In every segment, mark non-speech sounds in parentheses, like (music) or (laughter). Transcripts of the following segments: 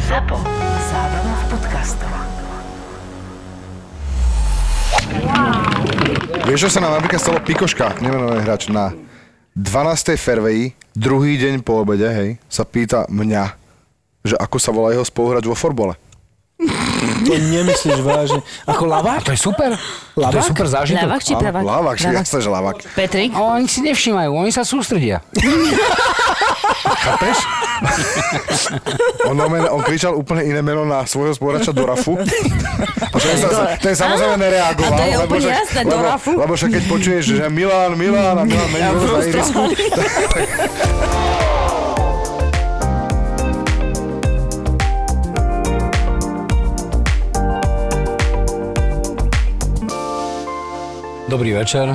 ZAPO. Zábrná v podcastov. Vieš, čo sa nám napríklad stalo Pikoška, nemenovaný hráč, na 12. fairwayi, druhý deň po obede, hej, sa pýta mňa, že ako sa volá jeho spoluhráč vo forbole. To nemyslíš vážne. Ako A lavák? to je super. To je Ľavák? super zážitok. Ľavák či pravák? Lávak, že Ľavák. jasné, že lávak. Petrik? A Oni si nevšímajú, oni sa sústredia. Chápeš? on, nomen, on kričal úplne iné meno na svojho spoluhráča Dorafu. A ten, sa, ten samozrejme Áno. nereagoval. A to je úplne však- jasné, lebo, Dorafu. Lebo však keď počuješ, že Milan, Milan a Milan mení na ihrisku, Dobrý večer. (laughs)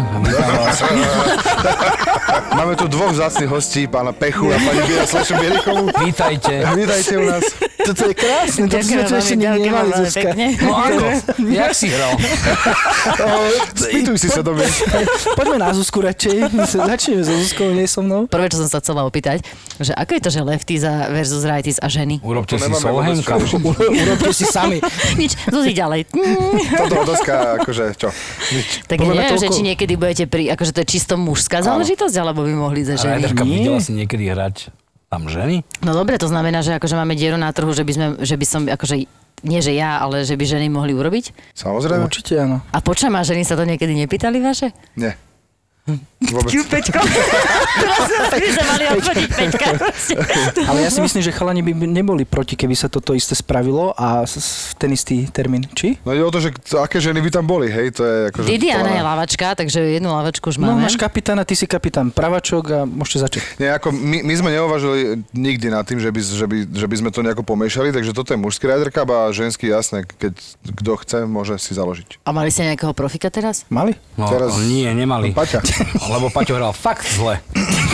Máme tu dvoch vzácných hostí, pána Pechu a pani Biela Sleču Bielikovú. Vítajte. (laughs) Vítajte u (laughs) nás. Toto je krásne, to sme tu ešte nikdy nemali, Zuzka. (laughs) No ako? Jak si hral? Spýtuj si sa do mňa. Poďme na Zuzku radšej. Začneme so Zuzkou, nie so mnou. Prvé, čo som sa chcela opýtať, že ako je to, že lefty za versus righties a ženy? To Urobte si nemáme solhem, vôbec kamoši. Urobte si sami. (laughs) Nič, Zuzi ďalej. Toto otázka, akože čo? Tak ja Podľa mňa neviem, že toľko- či niekedy budete pri, akože to je čisto mužská záležitosť, alebo by mohli za ženy. Raiderka, Nie. videla si niekedy hrať tam ženy? No dobre, to znamená, že akože máme dieru na trhu, že by, sme, že by som, akože, nie že ja, ale že by ženy mohli urobiť. Samozrejme. Určite áno. A počujem, a ženy sa to niekedy nepýtali vaše? Nie. Vôbec. Peťko. Teraz by sa mali odfotiť Peťka. Ale ja si myslím, že chalani by neboli proti, keby sa toto isté spravilo a s- s- v ten istý termín. Či? No ide o to, že to, aké ženy by tam boli, hej, to je akože... (laughs) Didiana to- je lavačka, takže jednu lavačku už No máme. máš kapitána, ty si kapitán pravačok a môžete začať. Nie, ako my, my, sme neuvažili nikdy nad tým, že by, že, by, že by sme to nejako pomiešali, takže toto je mužský Ryder Cup a ženský, jasné, keď kto chce, môže si založiť. A mali ste nejakého profika teraz? Mali? No, Teraz- No, nie, nemali. Paťa. (laughs) Lebo Paťo hral fakt zle.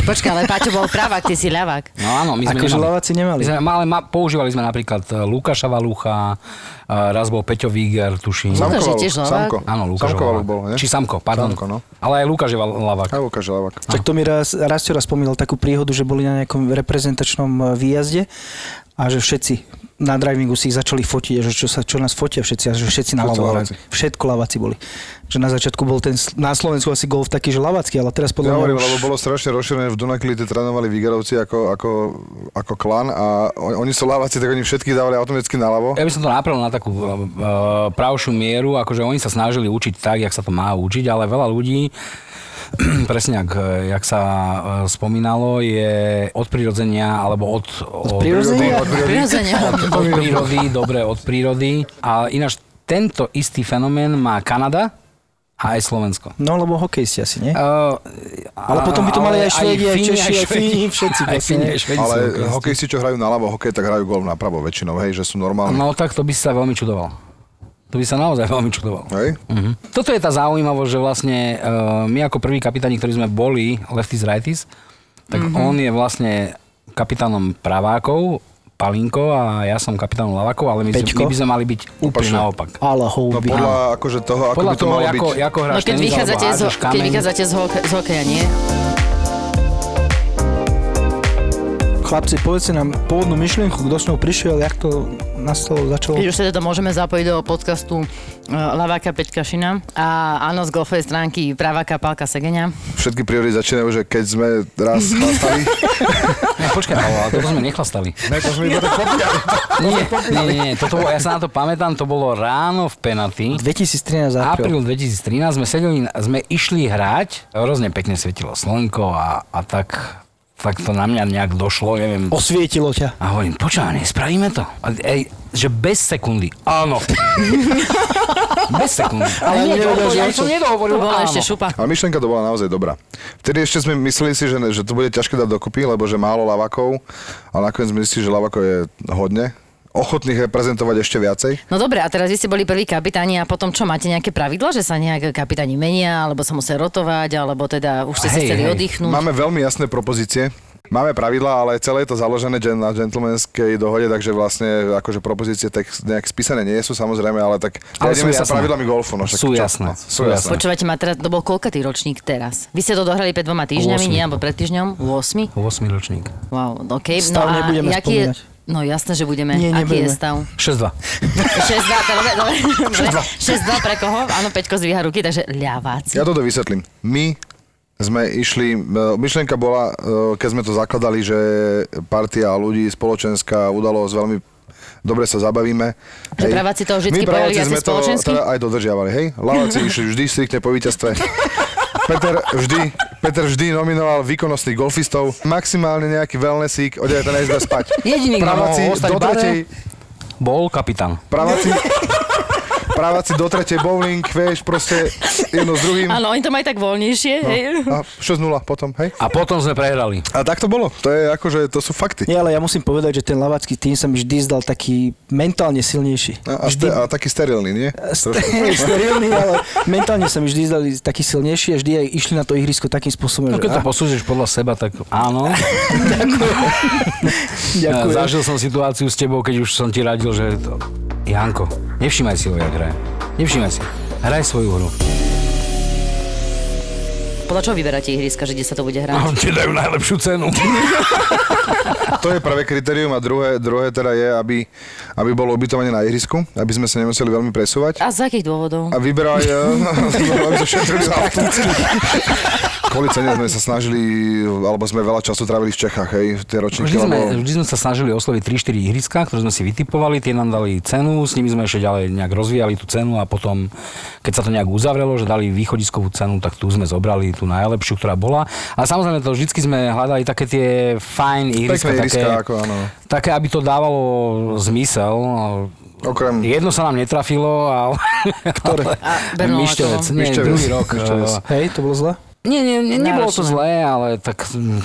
Počkaj, ale Paťo bol pravák, ty si ľavák. No áno, my sme Akože nemali. laváci nemali. My sme, ale ma, používali sme napríklad eh, Lukáša Valucha, eh, raz bol Peťo Víger, tuším. Samko Sam- Lukáš je Valuk, tiež Slovák? Samko. Áno, Lukáš Samko Valuk Valuk. bol, nie? Či Samko, pardon. Samko, no. Ale aj Lukáš je val- A Lavák. Lukáš Valuk. Tak to mi raz, raz čo raz spomínal takú príhodu, že boli na nejakom reprezentačnom eh, výjazde a že všetci na drivingu si ich začali fotiť, že čo, sa, čo nás fotia všetci, a že všetci na Všetci lavaci. laváci. Všetko lavaci boli. Že na začiatku bol ten, s- na Slovensku asi golf taký, že lavacký, ale teraz podľa Ja mňa hovorím, už... lebo bolo strašne rozšírené v Dunakli, tie trénovali Vigerovci ako, ako, ako klan a on- oni sú lávaci, tak oni všetky dávali automaticky naľavo. Ja by som to napravil na takú uh, pravšiu mieru, akože oni sa snažili učiť tak, jak sa to má učiť, ale veľa ľudí, (clears throat) presne jak, eh, jak sa eh, spomínalo, je od prirodzenia, alebo od... Od, prirodzenia? Od prírody. Prirodzene. od prírody, dobre, od prírody. A ináč tento istý fenomén má Kanada a aj Slovensko. No lebo hokejisti asi, nie? Uh, Ale potom by to mali aj Švédi, aj Češi, aj Fíni, všetci Aj vlastne. Fíni, aj Švédi sú Ale hokejisti. hokejisti, čo hrajú naľavo hokej, tak hrajú gol napravo väčšinou, hej, že sú normálni. No tak to by si sa veľmi čudoval. To by sa naozaj veľmi čudoval. Hej? Mhm. Toto je tá zaujímavosť, že vlastne uh, my ako prví kapitáni, ktorí sme boli lefties righties, tak Mhm. mm-hmm. on je vlastne kapitánom pravákov, Palinko a ja som kapitánom Lavakov, ale my, sme- Peťko? my by sme mali byť úplne Opačne. naopak. Ale No houby. podľa akože toho, ako by Podľa to toho, malo ako, byť. ako No hráš keď tenis, vychádzate, z, alebo hádžeš keď kameň. (laughs) vychádzate z, hoke, z hokeja, nie? Chlapci, povedzte nám pôvodnú myšlienku, kto s ňou prišiel, jak to nastalo, začalo. Keď už sa teda môžeme zapojiť do podcastu uh, Laváka Peťkašina a áno, z golfovej stránky praváka Pálka Segenia. Všetky priority začínajú, že keď sme raz (laughs) chlastali, Ne, No, počkaj, ale ale toto sme nechlastali. ne, to sme iba tak popíjali. No, Nie, nie, nie, nie, toto bolo, ja sa na to pamätám, to bolo ráno v penalty. 2013 apríl. Apríl 2013 sme sedeli, na- sme išli hrať, hrozne pekne svietilo slnko a, a tak, tak to na mňa nejak došlo, neviem. Osvietilo ťa. A hovorím, počúvaj, nespravíme to. A, ej, že bez sekundy, (laughs) áno. bez sekundy. Ale Nie, nevedel, dohovoril, že ja som To nedohovoril, bola áno. ešte šupa. Ale myšlenka to bola naozaj dobrá. Vtedy ešte sme mysleli si, že, ne- že to bude ťažké dať dokopy, lebo že málo lavakov, ale nakoniec sme zistili, že lavakov je hodne ochotných reprezentovať ešte viacej. No dobre, a teraz vy ste boli prví kapitáni a potom čo, máte nejaké pravidla, že sa nejak kapitáni menia, alebo sa musia rotovať, alebo teda už ste si Hej, chceli hej. oddychnúť? Máme veľmi jasné propozície. Máme pravidlá, ale celé je to založené gen- na gentlemanskej dohode, takže vlastne akože propozície tak nejak spísané nie sú samozrejme, ale tak Ale riadíme sú sa jasné. pravidlami golfu. No, však Sú čo? jasné, No, sú sú jasné. Počúvate ma teraz, to bol koľkatý ročník teraz? Vy ste to dohrali pred dvoma týždňami, Osmi. nie? Alebo pred týždňom? 8? 8 ročník. Wow, OK. Stav nebudeme jaký je, spomínať. No jasné, že budeme. Nie, Aký je nebudeme. (laughs) stav? 6-2. 6-2, to dobre, dobre. (laughs) 6-2 pre koho? Áno, Peťko zdvíha ruky, takže ľaváci. Ja toto vysvetlím. My sme išli, e, myšlienka bola, e, keď sme to zakladali, že partia ľudí, spoločenská udalosť, veľmi dobre sa zabavíme. Že praváci to vždycky My praváci pojali asi sme to spoločensky? teda aj dodržiavali, hej? (laughs) Laváci išli vždy striktne po víťazstve. Peter vždy, Peter vždy nominoval výkonnostných golfistov, maximálne nejaký wellnessík, odjak ten nejsme (laughs) spať. Jediný, kto Praváci No, mohol ostať do v bare, tretej, bol kapitán. praváci, praváci do tretej bowling, vieš, proste jedno s druhým. Áno, oni to majú tak voľnejšie. No. hej. No. A 6-0 potom, hej? A potom sme prehrali. A tak to bolo. To je akože, to sú fakty. Nie, ale ja musím povedať, že ten lavacký tým sa mi vždy zdal taký mentálne silnejší. A, a, ste, a taký sterilný, nie? Trošku. (laughs) sterilný, ale mentálne sa mi vždy zdali taký silnejší a vždy aj išli na to ihrisko takým spôsobom, No, že keď to "Ah, posúdiš podľa seba, tak (laughs) áno. Ja ďakujem. Zažil som situáciu s tebou, keď už som ti radil, že... To... Janko, nevšímaj si ho, jak hraje. Nevšímaj si. Hraj svoju hru. Podľa čoho vyberáte ihriska, že kde sa to bude A hrať? on ti dajú najlepšiu cenu. To je prvé kritérium a druhé, druhé teda je, aby, aby bolo ubytovanie na ihrisku, aby sme sa nemuseli veľmi presúvať. A z akých dôvodov? A vyberaj, eh, (laughs) aby sme šetrili na (laughs) Kvôli cene sme sa snažili, alebo sme veľa času trávili v Čechách, hej, tie ročníky, (laughs) Vždy sme, lebo... vždy sme sa snažili osloviť 3-4 ihriska, ktoré sme si vytipovali, tie nám dali cenu, s nimi sme ešte ďalej nejak rozvíjali tú cenu a potom, keď sa to nejak uzavrelo, že dali východiskovú cenu, tak tu sme zobrali tú najlepšiu, ktorá bola. A samozrejme to vždy sme hľadali také tie fajn Pekné ihriska, ihriska, také, ako áno. také, aby to dávalo zmysel. Okrem... Jedno sa nám netrafilo, ale... Ktoré? A Brno, Mišťovec, ako? nie, Mišťovec. druhý rok. Mišťovec. eh, Hej, to bolo zle? Nie, nie, nie nebolo to Náročné. zlé, ale tak... hm,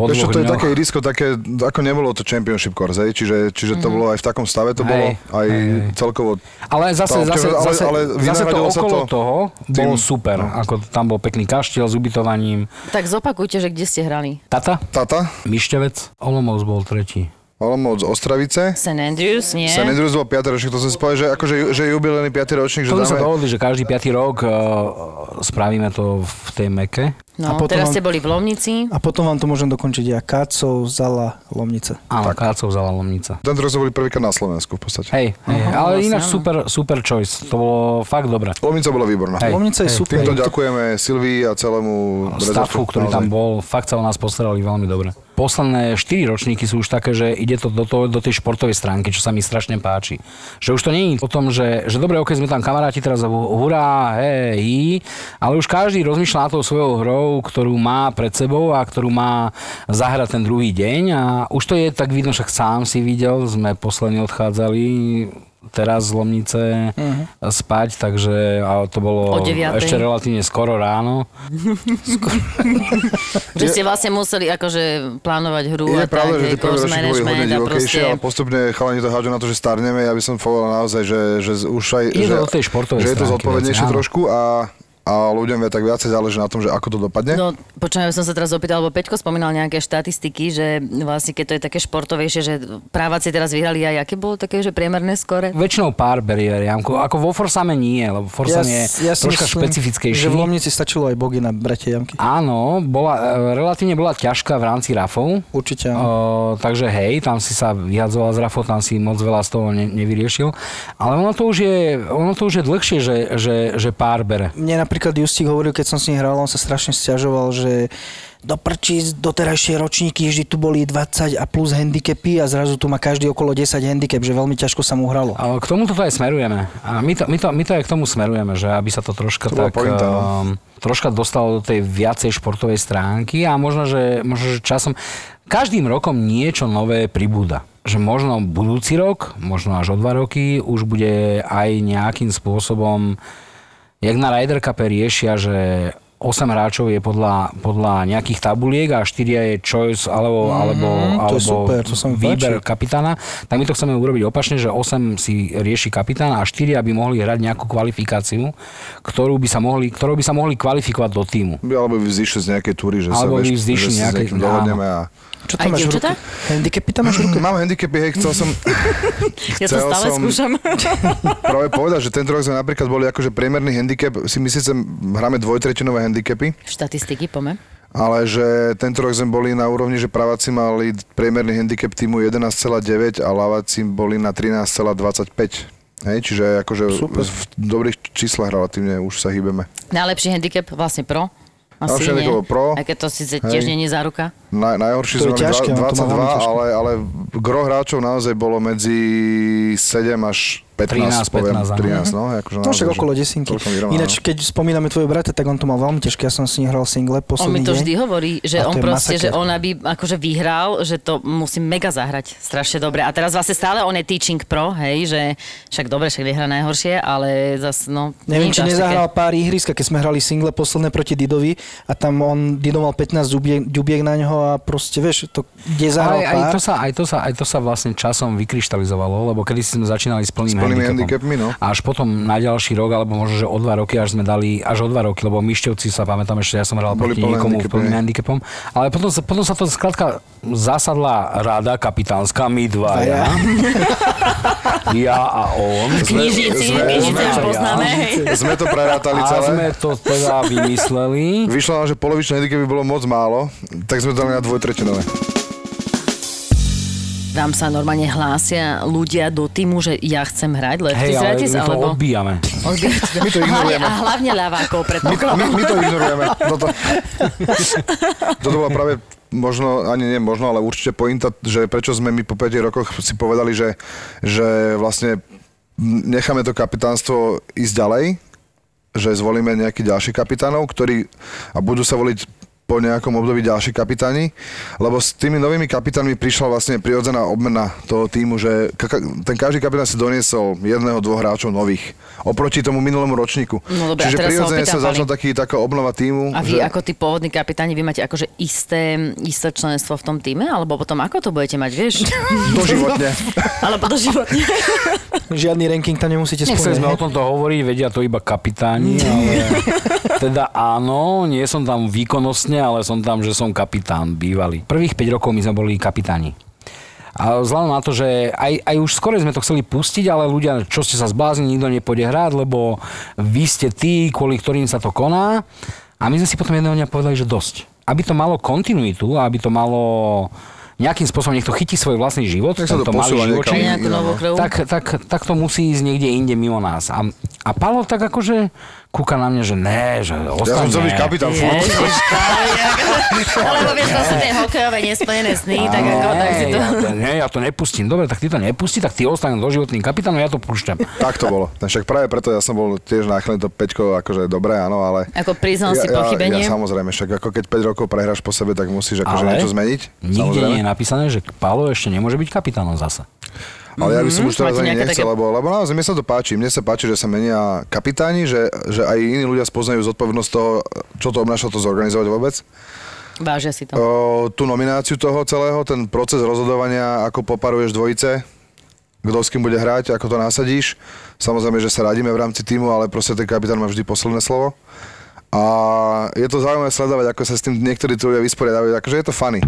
Po Vieš čo, dvoch to je dňoch. také ihrisko, také, ako nebolo to Championship Course, hej, čiže, čiže to bolo aj v takom stave, to Mhm. Hej, bolo aj hej, hej. celkovo... Ale zase, Tá obťaž- ale- zase, zase, ale zase to vynáhradilo sa okolo to toho bolo tým- No. super. Ako tam bol pekný kaštiel s ubytovaním. Tak zopakujte, že kde ste hrali. Tata? Tata, Mišťavec? Olomouc bol tretí. Olomouc z Ostravice, St. Andrews, nie? San Andrews bol 5. ročník, to som si povedal, že, akože, ju- že jubilejný 5. ročník, že To sme sa dáme... dohodli, že každý 5. rok eh, spravíme to v tej meke. No, A potom teraz mám- ste boli v Lomnici. A potom vám to môžem dokončiť ja. Kácov, Zala, Lomnica. Áno, Kácov vzala Lomnica. Tento rok sme boli prvýkrát na Slovensku v podstate. Hej, hej, Aha, ale vlastne ináč áno. e, super, super choice. To bolo fakt dobré. Lomica bola výborná. Hej. Lomnica je super. Týmto ďakujeme Silvii a celému rezortu. stafu, ktorý Naozaj. tam bol, fakt sa o nás postarali veľmi dobre. Posledné 4 ročníky sú už také, že ide to do, to, do tej športovej stránky, čo sa mi strašne páči. Že už to nie je o tom, že, že dobre, ok, sme tam kamaráti teraz, a hurá, hej, hí, ale už každý rozmýšľa nad tou svojou hrou, ktorú má pred sebou a ktorú má zahrať ten druhý deň a už to je tak vidno, však sám si videl, sme posledne odchádzali teraz z Lomnice spať, takže a to bolo Mhm. O deviatej. ešte relatívne skoro ráno. Že ste vlastne museli akože plánovať hru Je a tak, pravda, že hej, tie prvé course ročníky boli hodne management a divokejšie, proste... ale postupne chalani to hádžu na to, že starneme. Ja by som povedal naozaj, že, že z- už aj... Ide že, to do tej športovej že je to stránky zodpovednejšie veci, áno. trošku a, a ľuďom vie tak viacej záleží na tom, že ako to dopadne. No, počujem, som sa teraz opýtal, lebo Peťko spomínal nejaké štatistiky, že vlastne keď to je také športovejšie, že právaci teraz vyhrali aj, aké bolo také, že priemerné skore? Väčšinou pár berie riamku. Ako vo Forsame nie, lebo Forsam je s- si troška myslím, špecifickejší. Že v Lomnici stačilo aj bogy na brate Jamky. Áno, bola, e, relatívne bola ťažká v rámci rafov. Určite áno. O, takže hej, tam si sa vyhadzoval z rafov, tam si moc veľa z toho ne, nevyriešil. Ale ono to už je, ono to už je dlhšie, že, že, že pár bere. Mne napríklad Justík hovoril, keď som s ním hral, on sa strašne stiažoval, že do prčíc doterajšie ročníky vždy tu boli 20 a plus handicapy a zrazu tu má každý okolo 10 handicap, že veľmi ťažko sa mu hralo. A K tomuto to aj smerujeme. A my to, my, to, my to aj k tomu smerujeme, že aby sa to troška To bola tak... pointa, no. ehm, troška dostalo do tej viacej športovej stránky a možno, že, možno, že časom... Každým rokom niečo nové pribúda. Že možno budúci rok, možno až o dva roky, už bude aj nejakým spôsobom jak na Ryder Cupe riešia, že 8 hráčov je podľa, podľa nejakých tabuliek a 4 je choice alebo, mm, alebo, to alebo je super, to sa mi výber páči. kapitána. Tak my to chceme urobiť opačne, že 8 si rieši kapitán a 4 aby mohli hrať nejakú kvalifikáciu, ktorú by sa mohli, ktorou by sa mohli kvalifikovať do týmu. Alebo by vzýšli z nejakej túry, že sa, Alebo vieš, by vzýšli že sa s nejakej- niekým dohodneme a... Čo Aj tam máš v dievčatá? ruke? Handicapy tam máš v ruke? (clears throat) Mám handicapy, hej, chcel som Ja to Chcel stále som- (laughs) skúšam. práve povedať, že tento rok sme napríklad boli akože priemerný handicap, si my síce hráme dvojtretinové handicapy, Štatistiky, pome. ale že tento rok sme boli na úrovni, že praváci mali priemerný handicap týmu 11,9 a laváci boli na 13,25. Hej, čiže akože v Super. v dobrých číslach relatívne už sa hýbeme. Najlepší handicap vlastne pro. Asi Najlepší nie. handicap pro. Aj keď to síce tiež Hej. není záruka. Na, najhorší sme To je mali ťažké, dva- no, to má 22, veľmi ťažké. ale, ale gro hráčov naozaj bolo medzi 7 až 15, 13, poviem, 15, áno. 13, no, akože No však naozaj, že okolo desinky. celkom vyrovnané. Ináč, no. keď spomíname tvojho brata, tak on to mal veľmi ťažké. Ja som s ním hral single On posledný mi to deň. vždy hovorí, že A to on je proste, že masaker. on aby akože vyhral, že to musí mega zahrať strašne dobre. A teraz vlastne stále on je teaching pro, hej, že však dobre, však vyhra najhoršie, ale zas, no... Neviem, nie je či to až také- nezahral pár ihriska, keď sme hrali single posledné proti Didovi a tam on, Dido mal 15 dubiek, dubiek na ňoho a proste, vieš, to, kde zahral Ale aj, pár. to sa, aj, to sa, aj to sa vlastne časom vykryštalizovalo, lebo kedy sme začínali s S plným, plným handicapmi, handicapom. no. A až potom na ďalší rok, alebo možno, že o dva roky, až sme dali, až o dva roky, lebo Mišťovci sa pamätám ešte, ja som hral Boli proti plné niekomu handicapy, plným hej. handicapom. Ale potom, sa- potom sa to skladka zasadla rada kapitánska, my dva, ja. ja a on. Knižnici, Sme- knižnice sme- už poznáme, hej. Sme to prerátali A celé. sme to teda vymysleli. Vyšlo nám, že polovičné handicap by bolo moc málo, tak sme to dali na dvojtretinové. Vám sa normálne hlásia ľudia do týmu, že ja chcem hrať left Hej, is ale right is, my to alebo... odbíjame. My to hlavne, ignorujeme. a hlavne ľavákov My, predpokladám. my, my to ignorujeme. Toto, toto bola práve možno, ani nie možno, ale určite pointa, že prečo sme my po 5 rokoch si povedali, že, že vlastne necháme to kapitánstvo ísť ďalej, že zvolíme nejakých ďalších kapitánov, ktorí a budú sa voliť po nejakom období ďalší kapitáni, lebo s tými novými kapitánmi prišla vlastne prirodzená obmena toho týmu, že ka- ka- ten každý kapitán si doniesol jedného, dvoch hráčov nových oproti tomu minulému ročníku. No dobre, a Čiže teraz sa prirodzene sa opýtam, začal Pali. taký, taká obnova týmu. A vy že ako tí pôvodní kapitáni, vy máte akože isté, isté členstvo v tom týme? Alebo potom ako to budete mať, vieš? (laughs) Doživotne. Alebo doživotne. (laughs) Žiadny ranking tam nemusíte spomínať. Nechceli sme o hej? tomto hovoriť, vedia to iba kapitáni, ale teda áno, nie som tam výkonnostne, ale som tam, že som kapitán bývalý. Prvých 5 rokov my sme boli kapitáni. A vzhľadom na to, že aj, aj už skore sme to chceli pustiť, ale ľudia, čo ste sa zbláznili, nikto nepôjde hrať, lebo vy ste tí, kvôli ktorým sa to koná. A my sme si potom jedného dňa povedali, že dosť. Aby to malo kontinuitu, aby to malo nejakým spôsobom, nech to chytí svoj vlastný život, Nech sa to tento malý posúva niekam živočík inak, Nejakú no. novú krv. tak, tak, tak to musí ísť niekde inde mimo nás. A, a Palo tak akože kúka na mňa, že ne, že Ja som ostane. chcel byť kapitán. furt. Alebo vieš, to sú tie hokejové nesplnené sny, tak ako tak si to... ja to, ne, ja to nepustím. Dobre, tak ty to nepustí, tak ty ostane doživotným kapitánom, ja to púšťam. Tak to bolo. No Však práve preto ja som bol tiež náchylný to 5, akože dobré, áno, ale... Ako priznal si Ja, pochybenie. ja, samozrejme, však ako keď 5 rokov prehráš po sebe, tak musíš akože Ale niečo zmeniť. nikde samozrejme. nie je napísané, že Palo ešte nemôže byť kapitánom zase. no. Ale ja by som Mhm. už teraz Máte ani nejaké nechcel, také- lebo, lebo naozaj mne sa to páči. Mne sa páči, že sa menia kapitáni, že, že aj iní ľudia spoznajú zodpovednosť toho, čo to obnáša to zorganizovať vôbec. Vážia si to. O, tú nomináciu toho celého, ten proces rozhodovania, ako poparuješ dvojice, kto s kým bude hrať, ako to nasadíš. Samozrejme, že sa radíme v rámci týmu, ale proste ten kapitán má vždy posledné slovo. A je to zaujímavé sledovať, ako sa s tým niektorí tu ľudia vysporiadajú. Akože je to funny.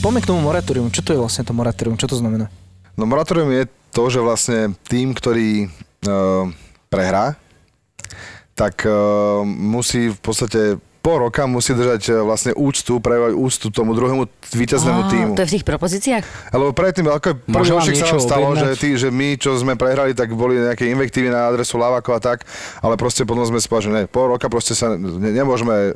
Poďme k tomu moratórium. Čo to je vlastne to moratórium? Čo to znamená? No moratórium je to, že vlastne tým, ktorý e, prehrá, tak e, musí v podstate po roka musí držať e, vlastne úctu, prejavovať úctu tomu druhému víťaznému týmu. to je v tých propozíciách? Lebo predtým, ako prvý Môže vám ročník sa nám niečo stalo, že, objednať? tí, že my, čo sme prehrali, tak boli nejaké invektívy na adresu Lavákov a tak, ale proste potom sme spali, že ne, pol roka proste sa ne, nemôžeme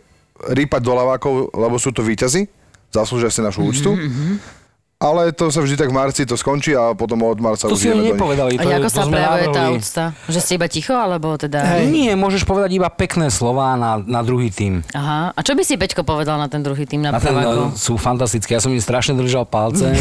rýpať do Lavákov, lebo sú to víťazi, zaslúžia si našu úctu. Mm-hmm. Ale to sa vždy tak v marci to skončí a potom od marca To už si ideme do ani nich. nepovedali. A To, ako to sa sme prejavuje tá navrhli. úcta? Že ste iba ticho, alebo teda... Nie, môžeš povedať iba pekné slova na, na druhý tým. Aha. A čo by si Peťko povedal na ten druhý tým na A ten, prváku? no, sú fantastické, ja som im strašne držal (laughs) palce,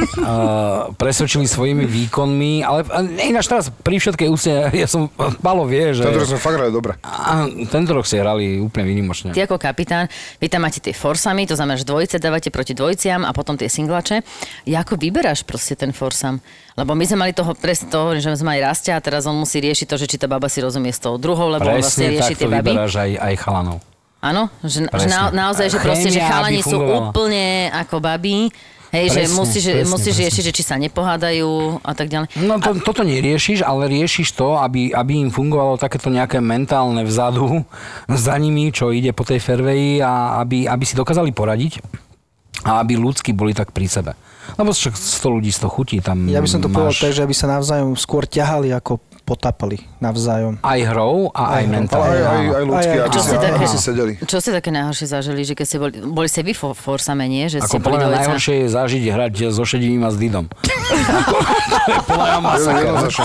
uh, presvedčili svojimi výkonmi, ale eh, ináč teraz pri všetkej úste, ja som, Palo vie, že... Tento rok sme fakt hrali dobre. A, tento rok si hrali úplne výnimočne. Ty ako kapitán, vy tam máte tie forsamy, to znamená, že dvojice dávate proti dvojiciam a potom tie singlače. Ja ako vyberáš proste ten forsam? Lebo my sme mali toho, presne to hovorím, že sme mali rastia a teraz on musí riešiť to, že či tá baba si rozumie s tou druhou, lebo on vlastne Presne rieši tie takto baby. vyberáš aj, aj chalanov. Áno, že, že Presne. na, naozaj, že Chémia, proste, že aby chalani sú fungovala. úplne ako baby Hej, že Presne, musíš, presne, musíš presne. riešiť, že či sa nepohádajú a tak ďalej. No to, toto neriešiš, ale riešiš to, aby, aby im fungovalo takéto nejaké mentálne vzadu (laughs) za nimi, čo ide po tej fairwayi a aby, aby si dokázali poradiť a aby ľudsky boli tak pri sebe. Lebo však 100 ľudí 100 chutí tam Ja by som to povedal Mm, máš tak, že aby sa navzájom skôr ťahali, ako potapali navzájom. aj hrou Aj hrou. a aj, Ale mentálne. aj, aj, aj ľudský, Aj, aj, aby čo si, si aby také- si sedeli. Čo ste také najhoršie zažili, že keď ste boli, boli ste vy fo, forsame, nie? Že ste Ako boli podľa mňa dvojica? najhoršie je zažiť hrať so šedivým a s (laughs) Didom. to je podľa mňa Jo, masaker. jednoznačne.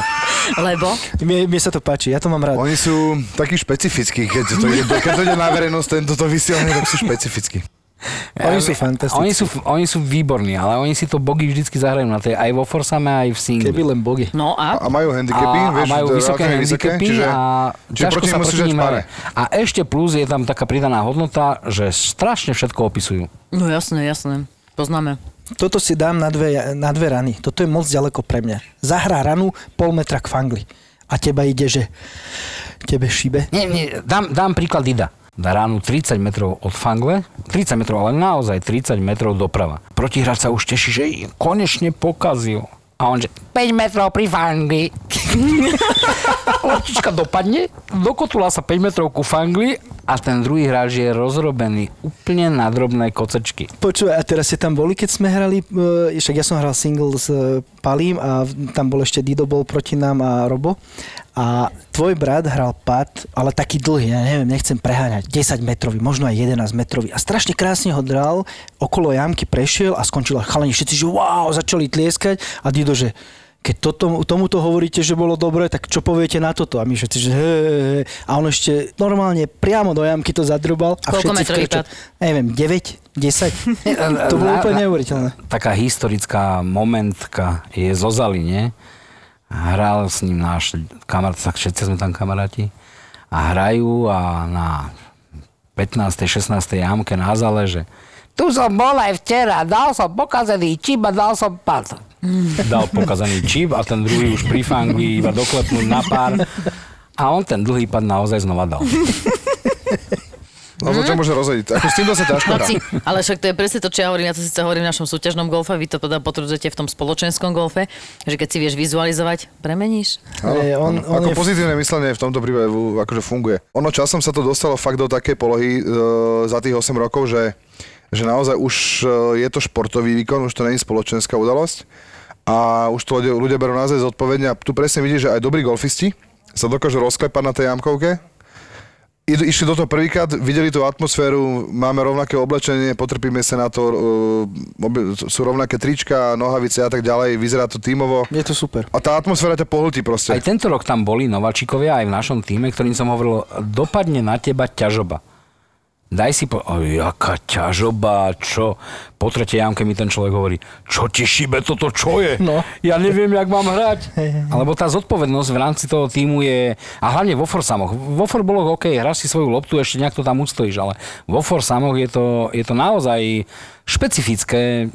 Lebo? Mne, mne sa to páči, ja to mám rád. Oni sú takí špecifickí, keď to ide, keď to ide na verejnosť, tento to vysielanie, tak sú špecifickí. Oni sú fantastickí. Oni sú, oni sú výborní, ale oni si to bogy vždycky zahrajú na tej, aj vo forsame, aj v singli. Keby len bogy. No A a? majú handicapy, a, vieš, a majú relatívne vysoké handicapy čiže, a čiže ťažko proti sa nim musíš proti dať ním pare. hrať. A ešte plus je tam taká pridaná hodnota, že strašne všetko opisujú. No jasné, jasné. Poznáme. Toto si dám na dve, na dve rany. Toto je moc ďaleko pre mňa. Zahrá ranu pol metra k fangli. A teba ide, že tebe šibe. Nie, nie, dám, dám príklad Dida. Dá ránu 30 metrov od fangle, 30 metrov, ale naozaj 30 metrov doprava. Protihráč sa už teší, že jej konečne pokazil. A on že 5 metrov pri fangli. (laughs) Loptička dopadne, dokotula sa 5 metrov ku fangli a ten druhý hráč je rozrobený úplne na drobné kocečky. Počúvaj, a teraz ste tam boli, keď sme hrali, e, však ja som hral single s e, Palím a v- tam bol ešte Dido bol proti nám a Robo. A tvoj brat hral pad, ale taký dlhý, ja neviem, nechcem preháňať, 10 metrový, možno aj 11 metrový. A strašne krásne ho dral, okolo jamky prešiel a skončila chalani všetci, že wow, začali tlieskať a Dido, že keď toto, tomuto hovoríte, že bolo dobre, tak čo poviete na toto? A my všetci, že he, he, he. A on ešte normálne priamo do jamky to zadrubal. A Koľko všetci metrový vkričali. pad? Neviem, 9, (laughs) 10. to bolo Na- úplne na- neuveriteľné. Taká historická momentka je zo Zali, nie? Hral s ním náš kamarát, tak všetci sme tam kamaráti. A hrajú a na 15. 16. jamke na Zale, že tu som bol aj včera, dal som pokazený čip a dal som pad. (laughs) Dal pokazaný čip a ten druhý už pri fangli iba doklepnúť na pár. A on ten dlhý pad naozaj znova dal. No to ťa Mhm. môže rozhodiť. Ako s týmto sa ťažko hrá. Chlapci, No, ale však to je presne to, čo ja hovorím, ja to síce hovorím v našom súťažnom golfe, vy to teda potvrdzujete v tom spoločenskom golfe, že keď si vieš vizualizovať, premeníš. Áno, Hej, on- áno. on ako je- pozitívne myslenie v tomto prípade v- akože funguje. Ono časom sa to dostalo fakt do takej polohy e, za tých 8 rokov, že, že naozaj už e, je to športový výkon, už to není spoločenská udalosť a už to ľudia, ľudia berú naozaj zodpovedne a tu presne vidíš, že aj dobrí golfisti sa dokážu rozklepať na tej jamkovke, Id- Išli do toho prvýkrát, videli tú atmosféru, máme rovnaké oblečenie, potrpíme sa na to, e, obe- sú rovnaké trička, nohavice a tak ďalej, vyzerá to tímovo. Je to super. A tá atmosféra ťa pohltí proste. Aj tento rok tam boli nováčikovia aj v našom týme, ktorým som hovoril, dopadne na teba ťažoba. Daj si po... O, jaká ťažoba, čo? Po tretej jamke mi ten človek hovorí, čo ti šibe toto, čo je? No. Ja neviem, jak mám hrať. (laughs) Hej, hej, hej. Alebo tá zodpovednosť v rámci toho týmu je... A hlavne vo forsamoch. Vo forboloch, OK, hráš si svoju loptu, ešte nejak to tam ustojíš, ale vo forsamoch je to, je to naozaj špecifické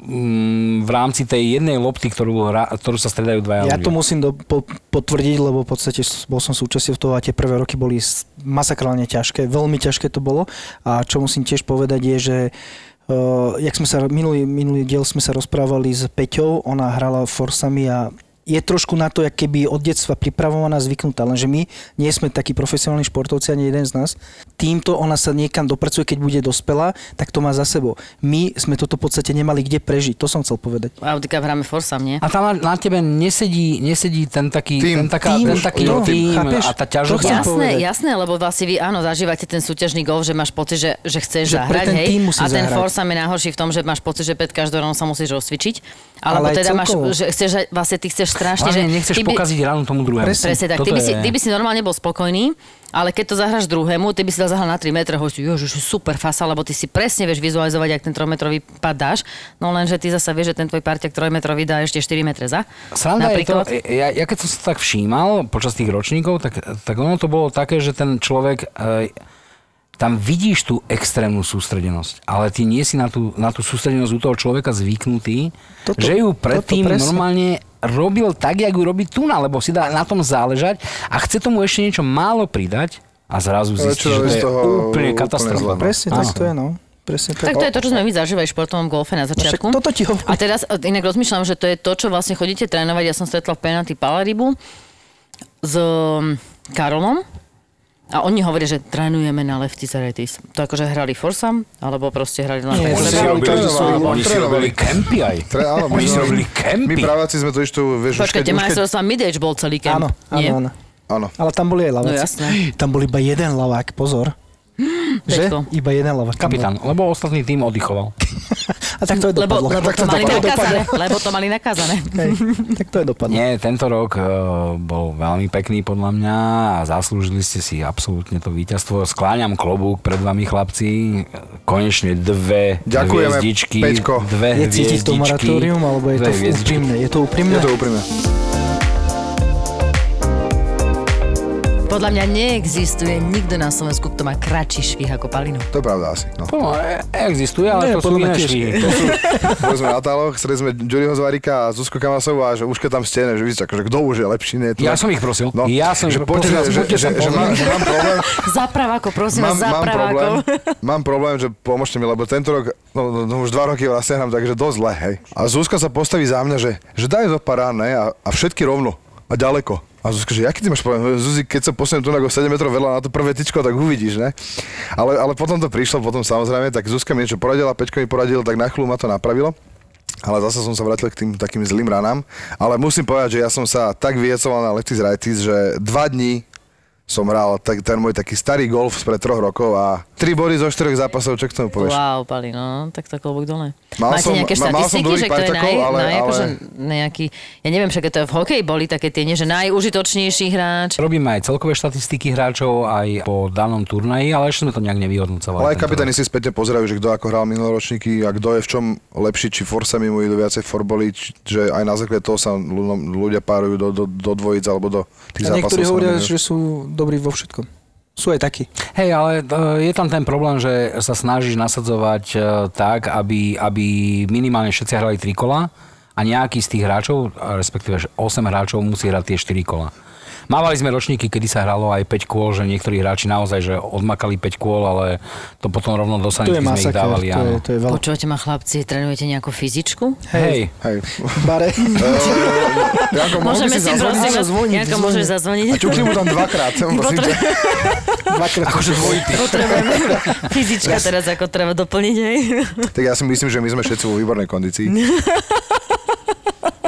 mm, v rámci tej jednej lopty, ktorú, hra, ktorú sa stredajú dvaja Ja ľudia. to musím do, po, potvrdiť, lebo v podstate s- bol som súčasťou toho a tie prvé roky boli s- masakrálne ťažké, veľmi ťažké to bolo. A čo musím tiež povedať je, že uh, jak sme sa, minulý, minulý diel sme sa rozprávali s Peťou, ona hrala forsami a je trošku na to, jak keby od detstva pripravovaná, zvyknutá, lenže my nie sme takí profesionálni športovci, ani jeden z nás. Týmto ona sa niekam dopracuje, keď bude dospelá, tak to má za sebou. My sme toto v podstate nemali kde prežiť, to som chcel povedať. Audi Cup hráme forsam, nie? A tam na, na tebe nesedí, nesedí ten taký, Tým. ten taká, Tým. ten taký No, tým, chápeš? a tá To chcem ťažoba. Jasné, povedať. jasné, lebo vlastne vy áno, zažívate ten súťažný golf, že máš pocit, že, že chceš Že pre zahrať, ten hej, tým musím a ten zahrať. forsam je najhorší v tom, že máš pocit, že pred každou ranou sa musíš rozcvičiť, Ale alebo aj teda máš, celkovo. že chceš, že vlastne ty chceš strašne, Hlavne že nechceš ty by- pokaziť ráno tomu druhému. Presne tak. Toto Ty by, je- si, ty by si normálne bol spokojný, ale keď to zahráš druhému, ty by si to zahral na 3 metre, hovoríš, si, jože, že super fasa, lebo ty si presne vieš vizualizovať, ak ten 3-metrový pad dáš, no lenže ty zasa vieš, že ten tvoj parťak 3-metrový dá ešte 4 metre za. Sranda je to, e, napríklad. ja, ja keď som sa tak všímal počas tých ročníkov, tak, tak ono to bolo také, že ten človek, e, tam vidíš tú extrémnu sústredenosť, ale ty nie si na tú, na tú sústredenosť u toho človeka zvyknutý, Toto- toto, že ju toto predtým presne. normálne robil tak, jak ju robí tu, lebo si dá na tom záležať a chce tomu ešte niečo málo pridať a zrazu Ale čo zistíš, je že to z je toho úplne úplne katastrofa. zle, no. Presne, tak to je, no. presne tak. Tak to je to, čo sme my zažívali v športovom golfe na No Však začiatku. toto ti hovorím. A teraz e, inak rozmýšľam, že to je to, čo vlastne chodíte trénovať. Ja som stretla v penalty Palaribu s um, Karolom a oni hovoria, že trénujeme na lefty za righties. To akože hrali forsam, alebo proste hrali len Nie, tak. Oni to si Lebo- robili- to sú- Oni si robili kempy aj. Tre, áno, Oni si možno- robili My kempy. praváci sme to ištú, vieš, už Počkajte, keď, už keď, majstrovstvá Midage bol celý kemp. Áno, áno, Nie? áno. áno. Ale tam boli aj laváci. No jasné. Tam bol iba jeden lavák, (gasps) pozor. Že? Peťko. Iba jeden lavák. tam bol. Kapitán, lebo ostatný tým oddychoval. A tak to je Lebo, dopadlo. lebo, to mali dopadlo. nakázané, lebo to mali (laughs) nakázané. Hej, tak to je dopadlo. Nie, tento rok eh, bol veľmi pekný podľa mňa a zaslúžili ste si absolútne to víťazstvo. Skláňam klobúk pred vami chlapci. Konečne dve Ďakujeme, hviezdičky. Peťko. Je Dve cítiť to hviezdičky, moratórium, alebo je dve to hviezdičky. úprimné? Je to úprimné? Je to úprimné. Podľa mňa neexistuje nikto na Slovensku, kto má kratší švih ako Palino. To je pravda asi. No. No, e- existuje, ale Nie, to sú podľa mňa iné tiež švihy. nie. To (laughs) sú- Boli sme na táloch, chceli sme Ďuriho Zvarika a Zuzku Kamasovú a že už keď tam ste, ne, že vy ste akože, kto už je lepší, nie? To Ja tak- som ich prosil. No, Ja som ich že poďte, prosil. že, že, že, že, mám, že mám (laughs) problém, Zapravako, prosím mám, vás, mám zapravako. (laughs) problém, mám problém, že pomôžte mi, lebo tento rok, no, no, no už dva roky vlastne hrám, takže dosť zle, hej. A Zuzka sa postaví za mňa, že, že daj zo pár rán, ne, a, a všetky rovno a ďaleko. A Zuzka, že aký ty máš problém? Zuzi, keď sa posunem tu na 7 metrov vedľa na to prvé tyčko, tak uvidíš, ne? Ale, ale potom to prišlo, potom samozrejme, tak Zuzka mi niečo poradila, Peťko mi poradil, tak na chvíľu ma to napravilo. Ale zase som sa vrátil k tým takým zlým ranám. Ale musím povedať, že ja som sa tak vyjecoval na Lefties Righties, že dva dní som hral tak, ten môj taký starý golf spred troch rokov a tri body zo štyroch zápasov, čo k tomu povieš? Wow, Pali, no, tak to klobúk dole. Mal Máte som- nejaké ma- mal som štatistiky, dobrých že kto je naj, parťakov, ale- naj, akože ale- nejaký, ja neviem, však to je v hokeji boli také tie, nie, že najúžitočnejší hráč. Robíme aj celkové štatistiky hráčov aj po danom turnaji, ale ešte sme to nejak nevyhodnocovali. Ale aj tento kapitáni rok. si spätne pozerajú, že kto ako hral minuloročníky a kto je v čom lepší, či forsami mu idú viacej forboli, či- že aj na základe toho sa ľu- ľudia párujú do, do, do dvojic alebo do tých zápasov. A no. niektorí hovoria, samozrejme. že sú dobrí vo všetkom. Sú aj takí. Hej, ale e, je tam ten problém, že sa snažíš nasadzovať e, tak, aby, aby minimálne všetci hrali tri kola a nejaký z tých hráčov, a respektíve že 8 hráčov musí hrať tie 4 kola. Mávali sme ročníky, kedy sa hralo aj 5 kôl, že niektorí hráči naozaj že odmakali 5 kôl, ale to potom rovno To do je sanitky sme ich masaker, dávali. to je, áno. to je veľa. Počúvate ma chlapci, trénujete nejakú fyzičku? Hej, Hej. (laughs) Bare. Janko, mohol by Môžeme si zazvoniť? prosím, vás- Zazvoniť, Janko, zazvoniť. môžeš zazvoniť? A ťukni mu tam dvakrát, prosím ťa. Dvakrát. akože dvojitý. Potrebujem (laughs) fyzička teraz ako treba doplniť, hej? Tak ja si myslím, že my sme všetci vo výbornej kondícii.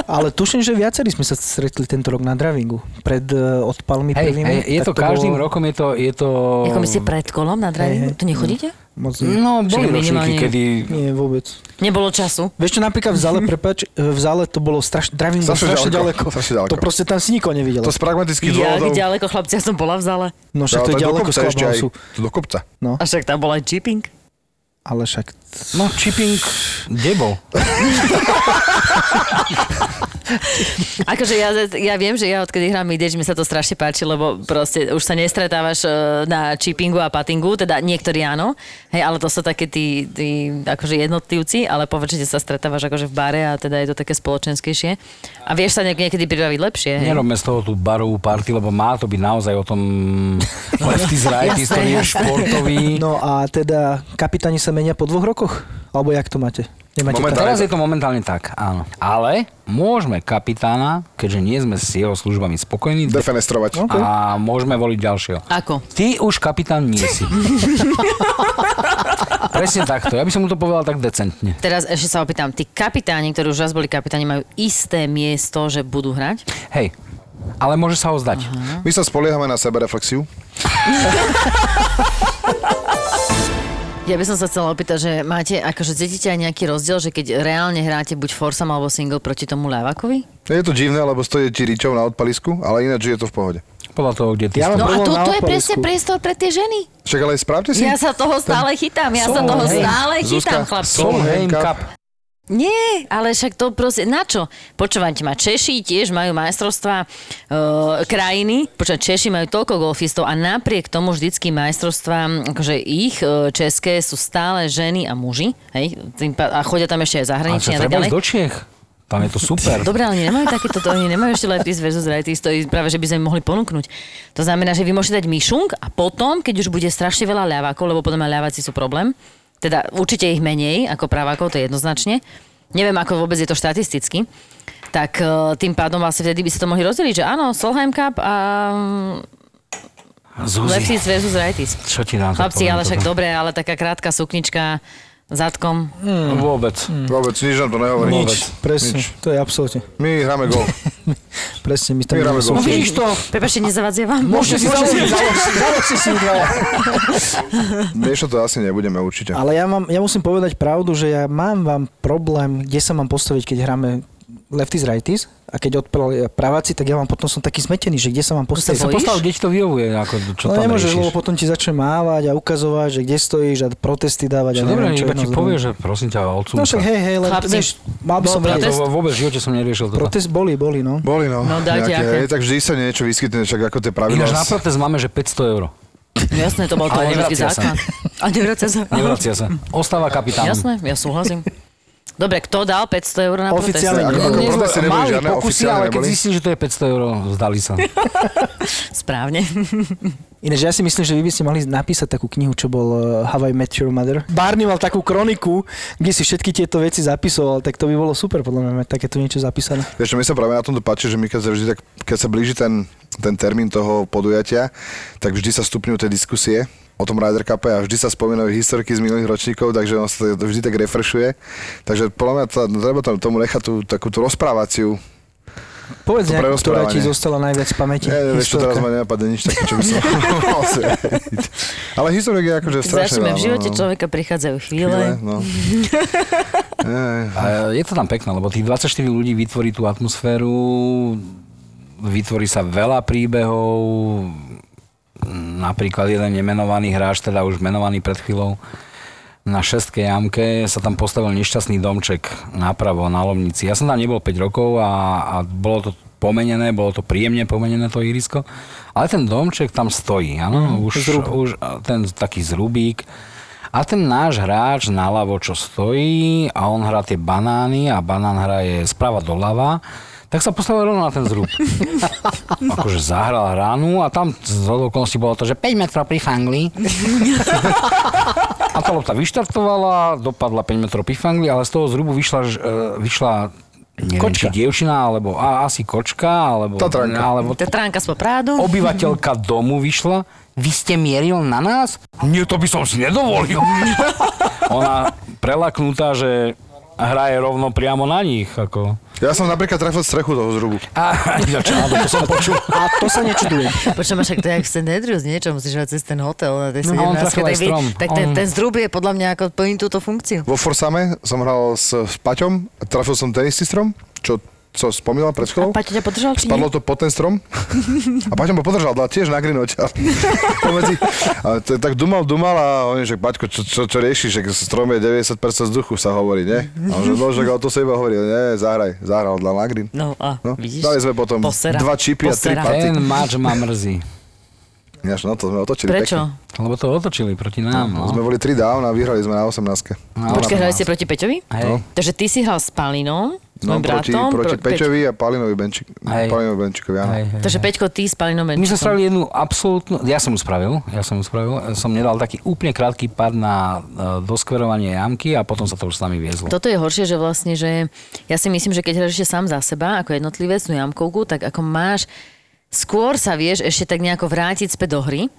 Ale tuším, že viacerí sme sa stretli tento rok na dravingu. Pred eh, odpalmi Hej, prvými. hej, je tak to každým bolo rokom, je to... Je to... Oh. Ako my ste pred kolom Hej, na drivingu? hej. Tu nechodíte? Mm. Moc nie. No, Čiže boli ročníky, minimálne- kedy... Nie, vôbec. Nebolo času. Vieš čo, napríklad v zále, prepač, eh, v zále to bolo strašne, driving bol Mhm. Strašne strašne ďaleko, ďaleko. strašne ďaleko. To proste tam si nikoho nevidel. To z pragmatických Ja, dôvodov. ďaleko chlapci, ja som bola v zále. No však to je Ale do ďaleko z kopca ešte aj. Clubhouseu. Do kopca. No, A však tam bol aj chipping. ale však... No, chipping, kde bol? Akože ja, ja viem, že ja odkedy hrám midage, mi sa to strašne páči, lebo proste už sa nestretávaš e, na chippingu a patingu, teda niektorí áno, hej, ale to sú také tí, tí akože jednotlivci, ale povrčite sa stretávaš akože v bare a teda je to také spoločenskejšie. A vieš sa niek- niekedy pribaviť lepšie, hej. Nerobme z toho tú barovú party, lebo má to byť naozaj o tom lefty z righty, to nie je športový. No, No a teda kapitáni sa menia po dvoch rokoch? Alebo jak to máte? Nemáte Momentálne- teraz je to momentálne tak, áno. Ale môžeme kapitána, keďže nie sme s jeho službami spokojní, Defenestrovať. No, a môžeme voliť ďalšieho. Ako? Ty už kapitán nie si. Presne takto. Ja by som mu to povedal tak decentne. Teraz ešte sa opýtam, tí kapitáni, ktorí už raz boli kapitáni, majú isté miesto, že budú hrať? Hej, ale môže sa ho zdať. My sa spoliehame na sebereflexiu. Ja by som sa chcela opýtať, že máte, akože cítite aj nejaký rozdiel, že keď reálne hráte buď forsam alebo single proti tomu ľavakovi? Je to divné, lebo stojí ti ričov na odpalisku, ale ináč je to v pohode. Podľa toho, kde ty Ja si. mám No a Problém tu, na tu je odpalisku. presne priestor pre tie ženy. Však ale správte si. Ja sa toho stále chytám, ja sa Som, toho hej. stále Zuzka, chytám, chlapci. som. Solheim Cup. Nie, ale však to proste, na čo? Počúvajte ma, Češi tiež majú majstrovstvá e, krajiny, počúvať, Češi majú toľko golfistov a napriek tomu vždycky majstrovstvá, akože ich e, české sú stále ženy a muži, hej, tým pa- a chodia tam ešte aj Ale čo, zahraniční a tak treba ísť ďalej. do Čiech. Tam je to super. Dobre, ale oni nemajú takéto, to, oni nemajú ešte Ladies versus Righties, to je práve, že by sme im mohli ponúknuť. To znamená, že vy môžete dať myšunk a potom, keď už bude strašne veľa ľavákov, lebo potom aj ľaváci sú problém, Teda určite ich menej ako pravákov, to je jednoznačne. Neviem, ako vôbec je to štatisticky. Tak e, tým pádom vlastne vtedy by si to mohli rozdeliť, že áno, Solheim Cup a Zuzi, Leftis versus Rightis. čo ti dám za Chlapci, poviem ale toto? však dobre, ale taká krátka suknička zadkom. Hmm. Vôbec. Vôbec nič nám to nehovorí. Nič, presne, Nič. to je absolútne. My hráme gol. Presne, my tam My hráme nemáme sú- gol. Vidíš to? Prepašte, nezavádzia vám? Môžete si založiť, založiť, založiť si dva. Niečo to asi nebudeme určite. (laughs) Ale ja, mám, ja musím povedať pravdu, že ja mám vám problém, kde sa mám postaviť, keď hráme lefties, righties a keď odpelali praváci, tak ja mám potom som taký zmetený, že kde sa mám sa postaviť. Sa Bojíš? postav, kde ti to vyhovuje, ako, čo No tam nemôžeš, riešiš. lebo potom ti začne mávať a ukazovať, že kde stojíš a protesty dávať. a Čo dobre, neviem, čo iba jedno ti s druhým. povie, že prosím ťa, odsun No však sa. hej, hej, len Chlapci, vieš, mal by bol som Ja vedieť. protest? to vôbec v živote som neriešil toto. Protest boli, boli, no. Boli no. No, dajte aké. hej, tak vždy sa niečo vyskytne, však ako tie pravidlá. Ináč na s- protest máme, že 500 eur. Jasné, to bol to Ale logický nevracia sa. základ. A nevracia sa. Nevracia sa. Ostáva kapitán. Jasné, ja súhlasím. Dobre, kto dal 500 eur na protest? Oficiálne Ako- ako nie. protesty neboli mali žiadne, pokusy, oficiálne ale keď neboli? zistili, že to je 500 eur, vzdali (laughs) sa. Správne. (laughs) Ináč ja si myslím, že vy by ste mali napísať takú knihu, čo bol uh, How I Met Your Mother. Barney mal takú kroniku, kde si všetky tieto veci zapisoval, tak to by bolo super podľa mňa mať takéto niečo zapísané. Vieš, čo, mi sa práve na tomto páči, že my keď sa, vždy, tak, keď sa blíži ten, ten termín toho podujatia, tak vždy sa stupňujú tie diskusie o tom Ryder Cupe a vždy sa spomínajú historky z minulých ročníkov, takže on sa to vždy tak refreshuje. Takže podľa mňa tá, treba tam tomu nechať tú, takú tú rozprávaciu. Povedz To nejakú, ktorá ti prerozprávanie. zostala najviac v pamäti. Ja, neviem, čo historka. teraz ma nenapadne nič také, čo by som (laughs) mohol si veriť. Ale historik je akože Keď strašne začneme veľa, v živote no, no. človeka, prichádzajú chvíle. Chvíle, no. (laughs) Ej, A je to tam pekné, lebo tých 24 ľudí vytvorí tú atmosféru, vytvorí sa veľa príbehov, napríklad jeden nemenovaný hráč, teda už menovaný pred chvíľou, na šestke jamke sa tam postavil nešťastný domček napravo na Lomnici. Ja som tam nebol 5 rokov a, a bolo to pomenené, bolo to príjemne pomenené to ihrisko, ale ten domček tam stojí, áno, už, už a ten taký zrubík. A ten náš hráč naľavo, čo stojí a on hrá tie banány a banán hraje sprava doľava, tak sa postavil rovno na ten zrub. akože zahral ránu a tam z okolností bolo to, že 5 metrov pri (laughs) fangli. A tá lopta vyštartovala, dopadla 5 metrov pifangli, ale z toho zrubu vyšla, ž- e, vyšla neviem, Kočka. či dievčina, alebo a, asi kočka, alebo, Tatranka. alebo Tetránka z Poprádu. obyvateľka domu vyšla. Vy ste mieril na nás? Nie, to by som si (laughs) nedovolil. Ona prelaknutá, že hraje rovno priamo na nich. Ako. Ja som napríklad trafil strechu toho zrubu. A, (laughs) ja, čo, áno, to som počul. A to sa nečudujem. Počujem, však to je jak St. Andrews, niečo musíš mať cez ten hotel. Na tej No, 17-ke, on trafil aj tak, vy- strom. tak ten, On- ten zdrub je podľa mňa ako plní túto funkciu. Vo Forsame som hral s, s Paťom, a trafil som tenisný strom, čo, čo spomínal pred A chvíľou. Paťo ťa podržal? či nie? Spadlo to pod ten (laughs) strom a Paťo ma podržal, dal tiež na grinoť. A, pomedzi, a t- tak dumal, dumal a on že Paťko, čo, čo, čo riešiš, že strom je 90% vzduchu sa hovorí, ne? A on že no, že o to sa iba hovorí, ne, zahraj, zahral, dal na grin. No a No, vidíš? dali sme potom Posera. dva čipy a tri Posera. paty. Ten mač ma mrzí. Ináč, no to sme otočili Prečo? Lebo to otočili proti nám. pekne. No. Sme boli 3 down a vyhrali sme na 18. No, Počkaj, hrali ste proti Peťovi? Hej. No. Takže ty si hral s Palinom, s No, môjim proti, bratom. proti pro- Peť- Peťovi a Palinovi Benčík, Hej. Palinovi Benčíkovi, áno. Hej, hej, Takže Peťko, ty s Palinom My sme Benčíkom. spravili jednu absolútnu, ja som ju spravil, ja som ju spravil, ja som nedal taký úplne krátky pad na e, doskverovanie jamky a potom sa to už s nami viezlo. Toto je horšie, že vlastne, že ja si myslím, že keď hráš ešte sám za seba, ako jednotlivec, tú jamkovku, tak ako máš, skôr sa vieš ešte tak nejako vrátiť späť do hry,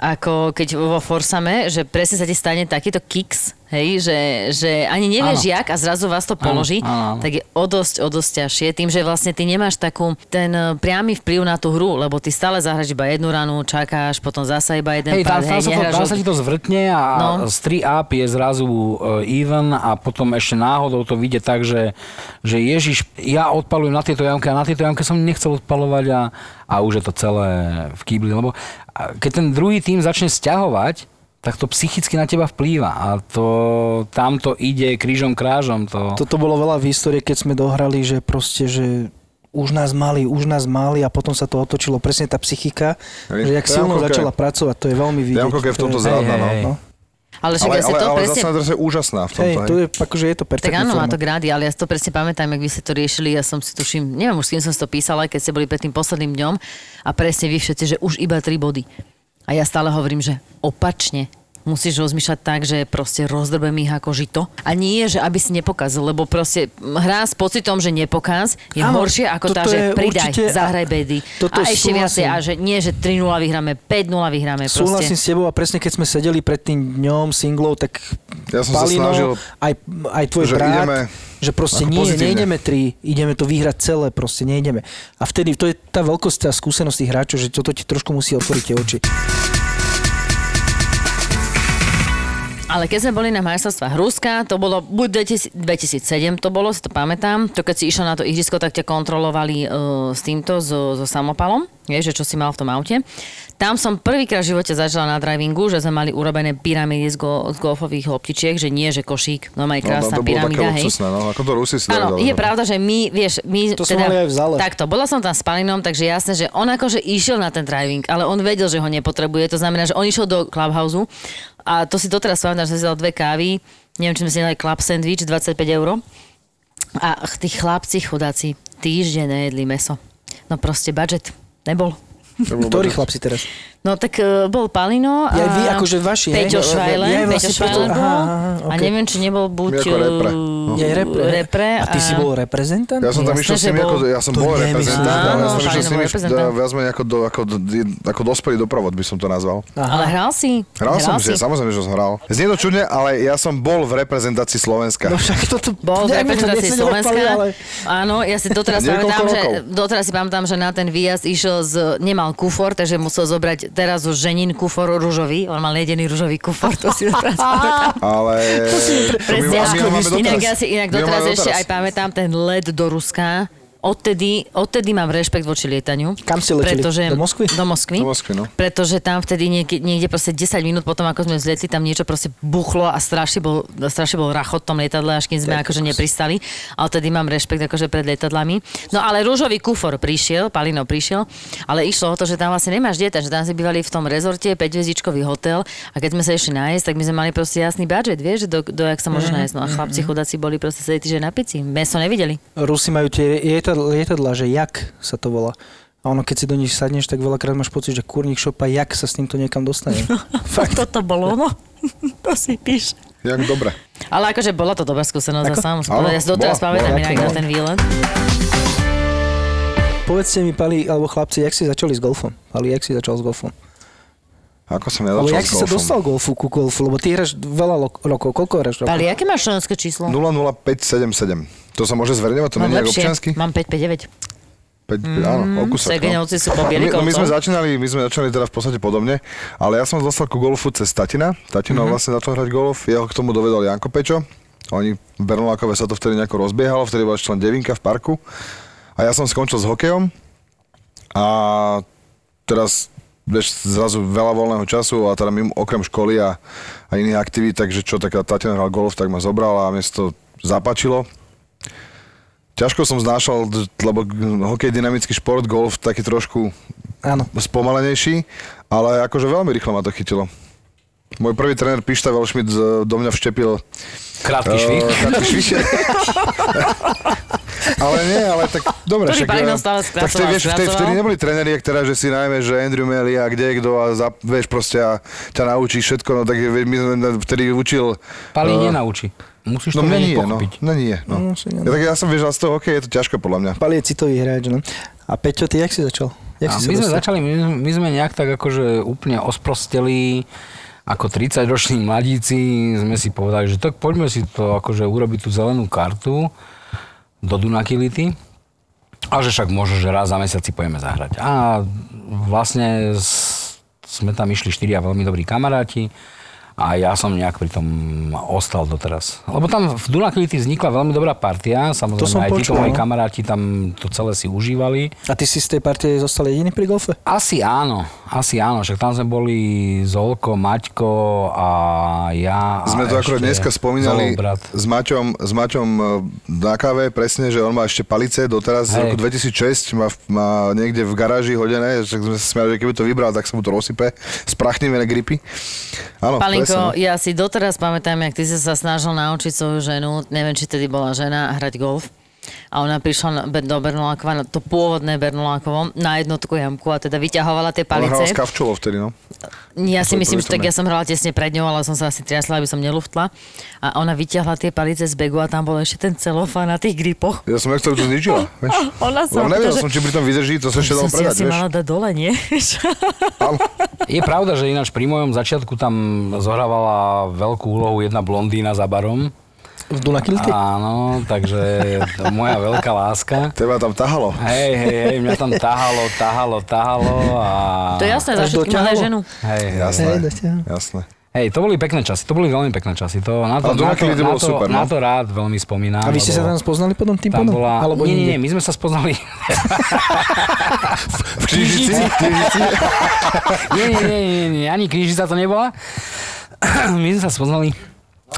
ako keď vo forsame, že presne sa ti stane takýto kiks, hej, že, že ani nevieš Áno. jak a zrazu vás to položí, áno, áno. tak je o dosť, o dosť ťažšie, tým, že vlastne ty nemáš takú ten e, priamy vplyv na tú hru, lebo ty stále zahraš iba jednu ranu, čakáš, potom zasa iba jeden Hej, tam, pád, tam, hej, sa to, nehráš tam od- sa ti to zvrtne a No. z 3 up je zrazu e, even a potom ešte náhodou to vyjde tak, že, že Ježiš, ja odpalujem na tieto jamke a na tieto jamke som nechcel odpalovať a, a už je to celé v kýbli, lebo a keď ten druhý tým začne stiahovať, tak to psychicky na teba vplýva a to tamto ide krížom krážom. No. To... Toto bolo veľa v histórii, keď sme dohrali, že proste, že už nás mali, už nás mali a potom sa to otočilo presne tá psychika, Hej, že jak to je silno ako keď- začala pracovať, to je veľmi vidieť. ako keď v To tomto je- zrádna, no. Ale však Ale, ja si ale, to ale presne... zase na druhej strane úžasná v tomto. Hej, hej. to je, akože je to Tak perfektný áno, má format. to grády, ale ja si to presne pamätám, jak vy ste to riešili, ja som si tuším, neviem už s kým som si to písala, keď ste boli pred tým posledným dňom a presne vy všetci, že už iba tri body. A ja stále hovorím, že opačne. musíš rozmýšľať tak, že proste rozdrbem ich ako žito. A nie, že aby si nepokazil, lebo proste hra s pocitom, že nepokaz je Áno, horšie ako tá, toto že je pridaj, určite- zahraj bedy. Toto A ešte viacej, súhlasím. a že nie, že 3-0 vyhráme, 5-0 vyhráme. Proste. Súhlasím s tebou a presne keď sme sedeli pred tým dňom singlov, tak Ja som sa Palino, snažil, aj, aj tvoj že brat, ideme že proste ako nie, pozitívne. nejdeme tri, ideme to vyhrať celé, proste nejdeme. A vtedy, to je tá veľkosť a skúsenosť tých hráčov, že toto ti trošku musí otvoriť tie oči. Ale keď sme boli na majstrovstvách Ruska, to bolo buď 2000 2007, to bolo, si to pamätám, to keď si išla na to ihrisko, tak ťa kontrolovali e, s týmto, so, so samopalom, vieš, že čo si mal v tom aute. Tam som prvýkrát v živote zažila na drivingu, že sme mali urobené pyramídy z, go, z golfových loptičiek, že nie, že košík, no aj to krásna bolo také pyramída, hej. luxusné, no, ako to Rusi si Áno, dali, je no. pravda, že my, vieš, my... teda To sme mali aj v zále. Takto, bola som tam s Palinom, takže jasné, že on akože išiel na ten driving, ale on vedel, že ho nepotrebuje, to znamená, že on išiel do clubhouse a to si doteraz pamätám, že som si dal dve kávy, neviem, či sme si dali club sandwich, 25 eur a ch- tí chlapci chudáci týždeň nejedli meso. No proste budget nebol. To bolo Ktorý budget. chlap si teraz? No tak e, bol Palino a Ja, vy akože vaši, hej? Peťo Ja- ja- Švajlen, ja ja, ja, Peťo vlastne preto- Švajlen bol aha, aha, a okej. neviem, či nebol buď Jako repre. No. e, Ja, repre. repre a ty si bol reprezentant? Ja som tam išiel Jasné, s že nimi, bol. ako, ja som To bol nemyslím. reprezentant, ale Áno, ja som išiel s Šajno bol nimi reprezentant. da- viac menej ako, do, ako, do, ako dospelý doprovod, by som to nazval. Aha. Ale hral si. Hral som, si. že, samozrejme, že som hral. Znie to čudne, ale ja som bol v reprezentácii Slovenska. No však toto... Bol Ja v mi to reprezentácii nesedelo v Slovenska. pali, ale- Áno, ja si doteraz Niekoľko pamätám, že, rokov. doteraz si pamätám, že na ten výjazd išiel z, nemal kufor, takže musel zobrať teraz už ženin kufor rúžový. On mal jedený rúžový kufor, to si doteraz pamätám. (laughs) Ale... To si Presne, áno. inak, ja si inak My ho doteraz máme ešte doteraz. aj pamätám ten let do Ruska. Odtedy, odtedy mám rešpekt voči lietaniu. Kam ste leteli? Pretože, Do Moskvy? Do Moskvy. Do Moskvy, no. Pretože tam vtedy niekde, niekde proste 10 minút potom, ako sme vzletli, tam niečo proste buchlo a strašne bol, strašne bol rachot v tom lietadle, až kým sme akože nepristali. Ale tedy mám rešpekt akože pred lietadlami. No ale rúžový kufor prišiel, Palino prišiel, ale išlo o to, že tam vlastne nemáš dieta, že tam sme bývali v tom rezorte, 5-hviezdičkový hotel a keď sme sa išli nájsť, tak my sme mali proste jasný budget, vieš, že do, do jak sa môže nájsť. No a chlapci chudáci boli proste sedí, že na pici, meso nevideli. Rusi majú tie lietadla, lietadla, že jak sa to volá. A ono, keď si do nich sadneš, tak veľakrát máš pocit, že kurník šopa, jak sa s týmto niekam dostane. No. Fakt. Toto bolo, no. (laughs) to si píš. Jak dobre. Ale akože bola to dobrá skúsenosť, Ako- Ako? sám. Áno, ja si doteraz bola, pamätám bola. inak na ten výlet. Povedzte mi, Pali, alebo chlapci, jak si začali s golfom? Pali, jak si začal s golfom? Ako som Alebo nezačal jak s si sa golfom. dostal golfu ku golfu? Lebo ty hráš veľa lo- rokov. Koľko hráš rokov? Pali, aké máš členské číslo? 00577. To sa môže zverejňovať, No, to Mám nie je No, lepšie. občiansky? Mám 559. 5, áno, o kúsok. Segejnovci Mm, sú po A my, no my, Bielikovcom. sme začínali, my sme začali teda v podstate podobne, ale ja som dostal ku golfu cez Tatina. Tatino mm-hmm. vlastne začal hrať golf, jeho k tomu dovedol Janko Pečo. Oni, Bernolákové sa to vtedy nejako rozbiehalo, vtedy bola ešte len devinka v parku. A ja som skončil s hokejom a teraz vieš, zrazu veľa voľného času a teda mimo, okrem školy a, a iných aktivít, takže čo, tak Tatiana hral golf, tak ma zobral a mne sa to zapáčilo. Ťažko som znášal, d- lebo g- hokej je dynamický šport, golf taký trošku Áno. spomalenejší, ale akože veľmi rýchlo ma to chytilo. Môj prvý tréner Pišta Velšmit z- do mňa vštepil (laughs) Krátky eh, švih. taký švih. (laughs) ale nie, ale tak dobre. Ktorý Bajno eh, stále tak vtedy, no? skracoval, vieš, vtedy, skracoval? vtedy neboli tréneri, ak teraz, že si najmä, že Andrew Melly a kde je kto a za, vieš proste a ťa naučí všetko, no tak eh, my sme na- vtedy učil Pali eh, nenaučí. Musíš No to mne vedieť nie, no. pochopiť. Mne nie, no. No, asi nie, no. Ja, tak ja som, vieš, ale z toho hokeja je to ťažko podľa mňa. Pali je citový hráč, no. A Peťo, ty jak si začal? Jak A si sa my sme dostal? začali, my, my sme nejak tak akože úplne osprosteli, ako 30-roční mladíci sme si povedali, že tak poďme si to akože urobiť tú zelenú kartu do Dunakility a že však možno, že raz za mesiac si pojeme zahrať. A vlastne s, sme tam išli štyria veľmi dobrí kamaráti a ja som nejak pri tom ostal doteraz. Lebo tam v Dunakility vznikla veľmi dobrá partia, samozrejme som aj títo počul, moji no. kamaráti tam to celé si užívali. A ty si z tej partie zostal jediný pri golfe? Asi áno, asi áno, však tam sme boli Zolko, Maťko a ja. A Sme to akorát ešte dneska spomínali Zolov brat. s Maťom, s Maťom e, na káve, presne, že on má ešte palice, doteraz z Hej. roku 2006 má, v- má niekde v garáži hodené, že sme sa smiali, že keby to vybral, tak sa mu to rozsype, sprachneme na gripy. Áno, Palinko, presne. no. ja si doteraz pamätám, jak ty si sa snažil naučiť svoju ženu, neviem, či tedy bola žena, hrať golf. A ona prišla na- be- do Bernolákova, na to pôvodné Bernolákovo, na jednotku jamku a teda vyťahovala tie Ale hrala s palice. Kavčovou vtedy, no. Ja si To je myslím, že tak prirodzené. ja som hrala tesne pred ňou, ale som sa asi triasla, aby som neluftla. A ona vyťahla tie palice z begu a tam bol ešte ten celofán na tých gripoch. Ja som extra to (laughs) zničila, vieš. Ona sa Lebo nevedel opýta, som, či pri tom vydrží, to sa ešte dalo som si predať, asi vieš. mala dať dole, nie? Áno. Je pravda, že ináč pri mojom začiatku tam zohrávala veľkú úlohu jedna blondína za barom. V Dunakilty? Áno, takže to moja veľká láska. Teba tam tahalo. Hej, hej, hej, mňa tam tahalo, tahalo, tahalo a... to je jasné, za Až všetky malé doťahalo? ženu. Hej, hej. Hej, Jasné, dotiahol. jasné. hej, to boli pekné časy, to boli veľmi pekné časy. To, na, to, Ale do na, to, Rakility na, bolo to, super, no. na to rád veľmi spomínam. A vy ste sa lebo tam spoznali potom tým tam pádom? bola... Alebo nie, nie, inde? nie, my sme sa spoznali. V krížici? v (laughs) krížici? nie, nie, nie, nie, nie, ani knižnica to nebola. my sme sa spoznali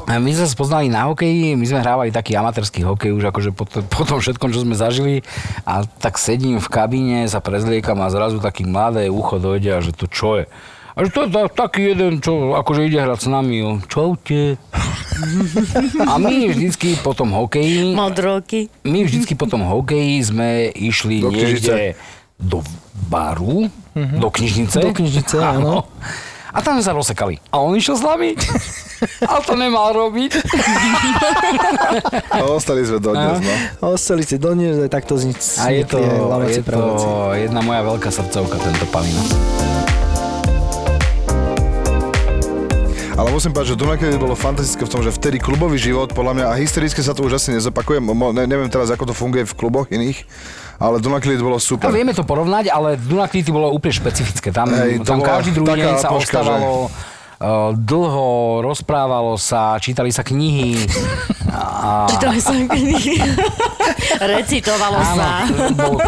my sme sa spoznali na hokeji, my sme hrávali taký amatérsky hokej už akože po, to- po tom všetkom, čo sme zažili a tak sedím v kabíne, sa prezliekam a zrazu taký mladé ucho dojde a že to čo je. A že to je ta, taký jeden, čo akože ide hrať s nami, jo. čaute. (laughs) a my vždycky po tom hokeji Modroky. my vždycky po tom hokeji sme išli do Do niekde do baru, mm-hmm. do knižnice. Do (laughs) knižnice, áno. A tam sme sa rozsekali. A on išiel s nami. A to nemal robiť. No, ostali sme dodnes, no. Ostali ste dodnes, aj takto z nic. A je to, vznikli aj ľavaci, je to praváci. jedna moja veľká srdcovka, tento palina. Ale musím povedať, že Dunakedy bolo fantastické v tom, že vtedy klubový život, podľa mňa, a historicky sa to už asi nezopakuje, mo- ne, neviem teraz, ako to funguje v kluboch iných, ale Dunakedy bolo No, super. vieme to porovnať, ale Dunaklity bolo úplne špecifické. Tam, Hej, to tam bola každý druhý taká deň sa atmosféra, ostávalo eh, dlho, rozprávalo sa, čítali sa knihy. A, Čítali som knihy. (laughs) Recitovalo sa. bol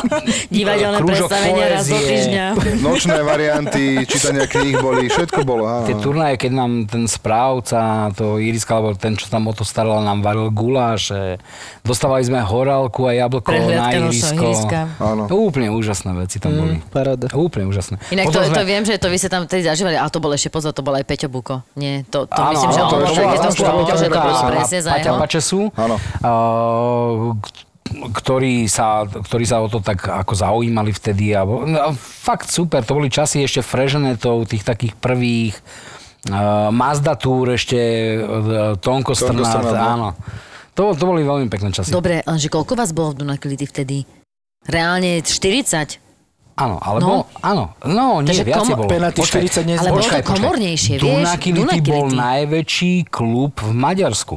Divadelné krúžok predstavenia raz do poézie. týždňa. Nočné varianty, čítania kníh boli, všetko bolo. Áno. Tie turnaje, keď nám ten správca, to Iriska, alebo ten, čo tam o to staral, nám varil guláš, eh, dostávali sme horálku a jablko na Prehliadka nočného ihrisko. ihriska. Mm. Áno. To úplne úžasné veci tam boli. Hm, Paráda. Úplne úžasné. Inak to, Potom sme- to, viem, že to vy ste tam tedy zažívali, ale to bol ešte pozor, to bol aj Peťo Buko. Nie, to, to Áno, myslím, že áno, on to bol ešte- všetky to áno, šlo, áno, že to áno, bolo áno, presne za Paťa jeho. Pačesu, Áno. eh, k- ktorí sa, ktorí sa o to tak ako zaujímali vtedy. A, bo- no, a fakt super, to boli časy ešte freženetov, tých takých prvých. Uh, Mazda Tour ešte, uh, Tonko Strnát, Strnad, no. áno. To, to boli veľmi pekné časy. Dobre, lenže koľko vás bolo v Dunakility vtedy? Reálne 40? Áno, alebo, No. no. áno, no nie, Takže viacej komo- bolo. Penalty Počkaj, 40 dnes. Ale bolo počkaj, to komornejšie, počkaj. vieš? Dunakility bol Dunakility. najväčší klub v Maďarsku.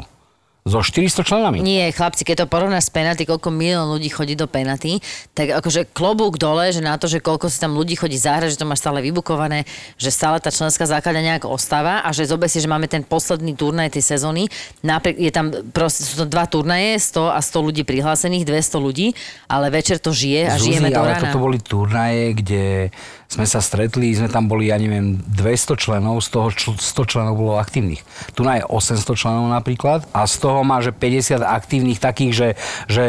So 400 členami. Nie, chlapci, keď to porovnáš s Penaty, koľko milión ľudí chodí do Penaty, tak akože klobúk dole, že na to, že koľko si tam ľudí chodí zahrať, že to máš stále vybukované, že stále tá členská základňa nejak ostáva a že zober si, že máme ten posledný turnaj tej sezóny, napriek, je tam proste, sú to dva turnaje, 100 a 100 ľudí prihlásených, 200 ľudí, ale večer to žije a Zuzi, žijeme do ale rána. toto boli turnaje, kde sme sa stretli, sme tam boli, ja neviem, 200 členov, z toho čl- 100 členov bolo aktívnych. Turnaj je 800 členov napríklad a z toho má, že 50 aktívnych takých, že, že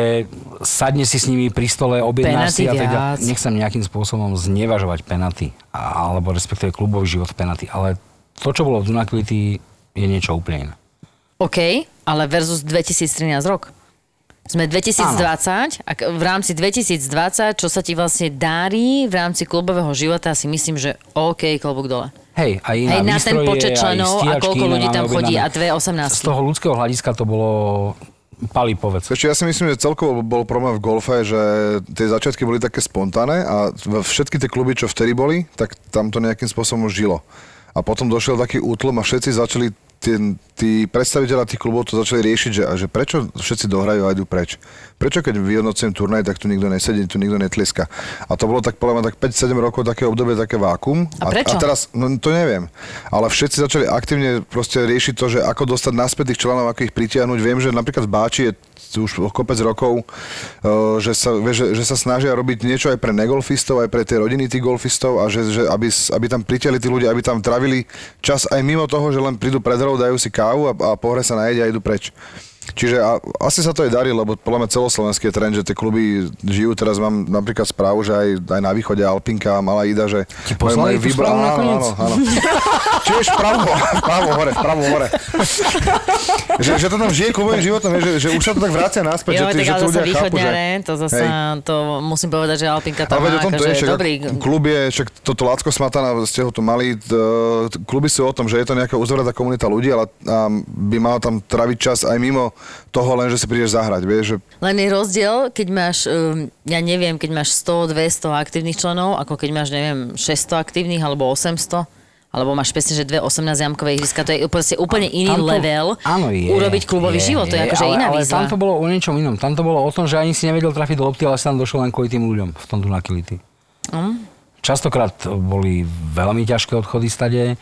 sadne si s nimi pri stole, objednáš Penaty si a tak viac. ďalej. Nechcem nejakým spôsobom znevažovať penaty, a- alebo respektíve klubový život penaty, ale to, čo bolo v Dunakility, je niečo úplne iné. OK, ale versus 2013 rok. Sme 2020 a k- v rámci 2020, čo sa ti vlastne darí v rámci klubového života, si myslím, že OK, klobúk dole. Hej, aj na, Hej, na ten výstroje, počet aj členov a stíhačky koľko máme ľudí tam chodí a objednané. dve Z 18. toho ľudského hľadiska to bolo... Pali, povedz. Ešte ja si myslím, že celkovo bol problém v golfe, že tie začiatky boli také spontánne a v- všetky tie kluby, čo vtedy boli, tak tam to nejakým spôsobom žilo. A potom došiel taký útlom a všetci začali, tí, tí predstaviteľa tých klubov to začali riešiť, že, a že prečo všetci dohrajú a idú preč. Prečo keď vyhodnocujem turnaj, tak tu nikto nesedí, tu nikto netlieska. A to bolo tak podľa mňa tak 5-7 rokov také obdobie, také vákum. A A, prečo? a teraz, no to neviem. Ale všetci začali aktívne proste riešiť to, že ako dostať naspäť tých členov, ako ich pritiahnuť. Viem, že napríklad v Báči je už kopec rokov, eh, že sa, vieš, že, že sa snažia robiť niečo aj pre negolfistov, aj pre tie rodiny tých golfistov a že, že aby, s- aby tam pritiahli tí ľudia, aby tam trávili čas aj mimo toho, že len prídu pred hrou, dajú si kávu a, a po hre sa najedia a idú preč. Čiže a, asi sa to aj darí, lebo podľa mňa celoslovenský je trend, že tie kluby žijú. Teraz mám napríklad správu, že aj, aj na východe Alpinka, Malá Ida, že... Ti poslali tú výbor- správu áno, nakoniec? áno, áno. Čiže vpravo, vpravo hore, vpravo hore. že, že to tam žije klubovým životom, vieš, že, že už sa to tak vrácia naspäť, Jo, že, tí- tak že ale to zase ľudia chápu, že... východňaré, to zase, Hej. to musím povedať, že Alpinka tam Ale veď má o tom to je, akože však dobrý... klub je, však toto Lácko Smatana, ste ho tu mali, t- t- kluby sú o tom, že je to nejaká uzavretá komunita ľudí, ale a, by mala tam traviť čas aj mimo toho, len že si prídeš zahrať, vieš, že Len je rozdiel, keď máš, um, ja neviem, keď máš 100, 200 aktívnych členov, ako keď máš, neviem, 600 aktívnych, alebo 800, alebo máš presne, že dve 18 jamkové ihriska, to je proste úplne iný Tam to- level áno, je, urobiť klubový je, život, to je akože ale, iná ale výzva. tam to bolo o niečom inom. Tam to bolo o tom, že ani si nevedel trafiť do lopty, ale si tam došiel len kvôli tým ľuďom v tom Dunakili. Mm. No. Častokrát boli veľmi ťažké odchody stade,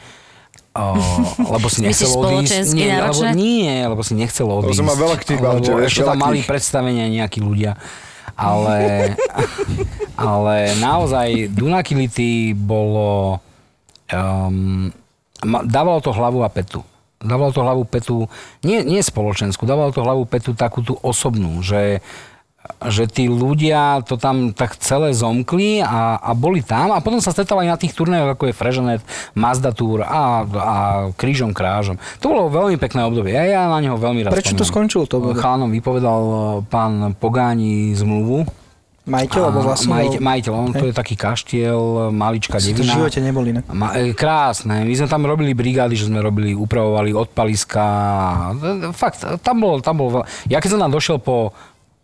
o, lebo si (laughs) Myslíš nechcelo odísť. spoločensky Nie, lebo, náročné? nie, lebo si nechcelo odísť. som mal veľa kníh, lebo bavte, vieš, ešte tam veľa mali kníh. predstavenia nejakí ľudia. Ale, ale naozaj Dunakility bolo... Um, ma- dávalo to hlavu a petu. Dávalo to hlavu petu, nie, nie spoločenskú, dávalo to hlavu petu takú tú osobnú, že, že tí ľudia to tam tak celé zomkli a, a boli tam a potom sa stretávali na tých turnajoch, ako je Freženet, Mazda Tour a, a Krížom Krážom. To bolo veľmi pekné obdobie a ja na neho veľmi rád Prečo to spomínam. skončilo to obdobie? Chalanom vypovedal eh, pán Pogáni zmluvu, Majiteľ, alebo vlastne... majiteľ, majiteľ, on to je taký kaštiel, malička Si to v devina. živote neboli, ne? Ma, e, krásne, my sme tam robili brigády, že sme robili, upravovali odpaliska, E, fakt, tam bolo, tam bolo veľa. Ja keď som tam došiel po,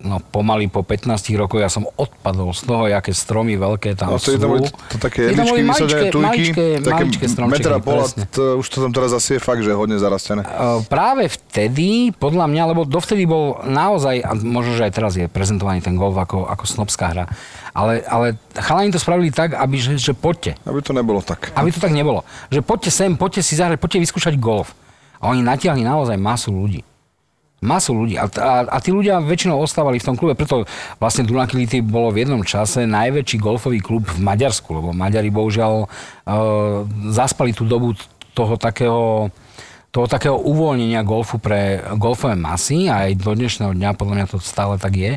no pomaly po 15 rokoch, ja som odpadol z toho, aké stromy veľké No, tam to, sú. je tam boli to také Tie tam jedličky boli vysadené, maličké- tujky, maličké, také maličké stromčeky, metra pola, presne. to, už to tam teraz asi je fakt, že je hodne zarastené. E, práve vtedy, podľa mňa, lebo dovtedy bol naozaj, a možno, že aj teraz je prezentovaný ten golf ako, ako snobská hra, ale, ale chalani to spravili tak, aby, že, že poďte. Aby to nebolo tak. Aby to tak nebolo. Že poďte sem, poďte si zahrať, poďte vyskúšať golf. A oni natiahli naozaj masu ľudí. Masu ľudí. A, a, a tí ľudia väčšinou ostávali v tom klube, preto vlastne Dunakility bolo v jednom čase najväčší golfový klub v Maďarsku, lebo Maďari bohužiaľ e, zaspali tú dobu t- toho takého toho takého uvoľnenia golfu pre golfové masy a aj do dnešného dňa podľa mňa to stále tak je.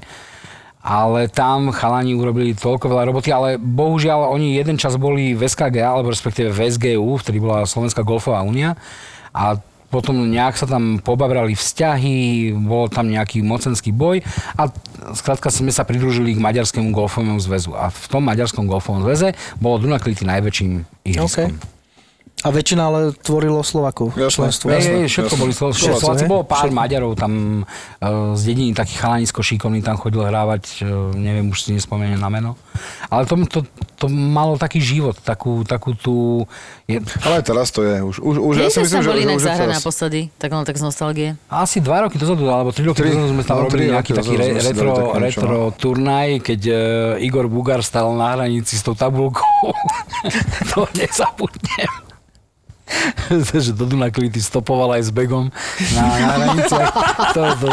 Ale tam chalani urobili toľko veľa roboty, ale bohužiaľ oni jeden čas boli v SKG, alebo respektíve v SGU, vtedy bola Slovenská golfová únia a potom nejak sa tam pobabrali vzťahy, bol tam nejaký mocenský boj a skrátka sme sa pridružili k Maďarskému golfovému zväzu. A v tom Maďarskom golfovom zväze bolo Dunaklity najväčším ihriskom. OK. A väčšina ale tvorilo Slovakov Jasné. členstvo. Jasné. Jasne, všetko jasné. boli Slo- Všetko, Slováci. hej? Bolo pár Všetko. Maďarov tam e, z dediny, taký chalani šikovný, tam chodil hrávať, e, neviem, už si nespomeniem na meno. Ale to, to, to malo taký život, takú, takú tú... Je, Ale aj teraz to je. Už, už, už Kde ja si sme myslím, sa že, boli že inak už je zahrať teraz. naposledy, tak len tak z nostalgie. asi dva roky dozadu, alebo tri roky Tri. dozadu sme tam No, robili tri nejaký roky taký dozadu re, sme si dali retro, také niečo, no. retro turnaj, keď e, Igor Bugar stal na hranici s tou tabulkou. (laughs) to nezabudnem. (laughs) že do Dunaklity stopoval aj s begom na, na hraniciach. To, to, to,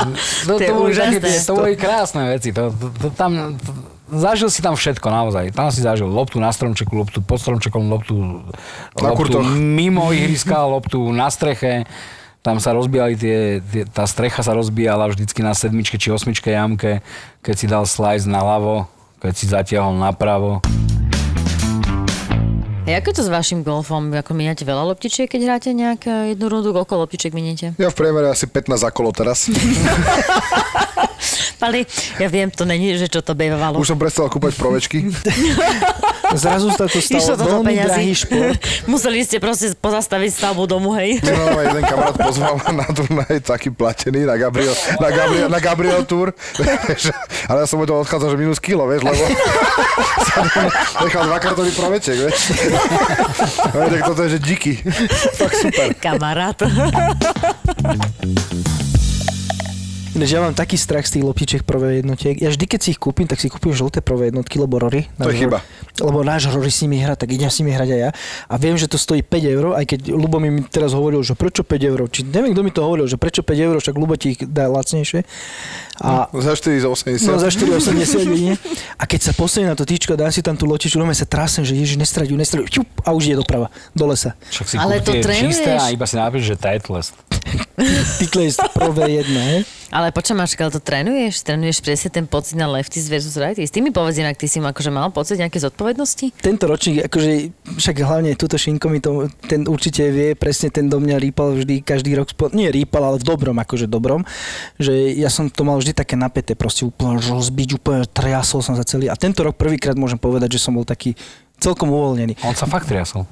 to, To je to, boli také úžasné. tie- to boli krásne veci. To, to, to tam, to, zažil si tam všetko naozaj. Tam si zažil loptu na stromčeku, loptu pod stromčekom, loptu, Na loptu kurtoch. mimo ihriska, loptu na streche. Tam sa rozbijali tie, tie, tá strecha sa rozbijala vždycky na sedmičke či osmičke jamke, keď si dal slice na ľavo, keď si zatiahol napravo. A ako je to s vašim golfom? Ako míňate veľa loptičiek, keď hráte nejak eh, jednu rundu? Koľko loptičiek miniete? Ja v priemere asi 15 za kolo teraz. Pali, ja viem, to není, že čo to bejvalo. Už som prestal kúpať provečky. Zrazu sa (laughs) to Išlo stalo to do veľmi drahý peňazí. šport. (laughs) Museli ste proste pozastaviť stavbu domu, hej. Mňa nám aj jeden kamarát pozval na turnaj, taký platený, na Gabriel, na Gabriel, na Gabriel Tour. (laughs) Vieš, Ale ja som vedel odchádzať, že minus kilo, vieš, lebo (laughs) sa nechal dva kartový proveček, vieš. Ale tak toto je, že díky. Tak super. Kamarát. Ináč ja mám taký strach z tých loptičiek prvé jednotiek. Ja vždy, keď si ich kúpim, tak si kúpim žlté prvé jednotky, lebo Rory. To je náš Rory- chyba. Lebo náš Rory s nimi hrá, tak idem s nimi hrať aj ja. A viem, že to stojí 5 eur, aj keď Lubo mi teraz hovoril, že prečo 5 eur. Či neviem, kto mi to hovoril, že prečo 5 eur, však Lubo ti ich dá lacnejšie. A Za 4 za 80. No za 4,80 nie. A keď sa postavím na to týčko, dám si tam tú lotičku, no sa trasem, že ježiš, nestradiu, nestradiu, ťup, a už je doprava, do lesa. Však si Ale Ale to to čisté trénuješ. a iba si napíš, že Titleist. Ty klejš prvé jedno, hej? Ale počujem, máš, ale to trénuješ? Trénuješ presne ten pocit na lefties versus righties? Ty mi povedz inak, ty si mal akože mal pocit nejaké zodpovednosti? Tento ročník, akože však hlavne túto šinko mi to, ten určite vie, presne ten do mňa rýpal vždy, každý rok, spo, nie rýpal, ale v dobrom, akože dobrom, že ja som to mal vždy také napäté, proste úplne rozbiť, úplne triasol som sa celý a tento rok prvýkrát môžem povedať, že som bol taký celkom uvoľnený. On sa fakt triasol.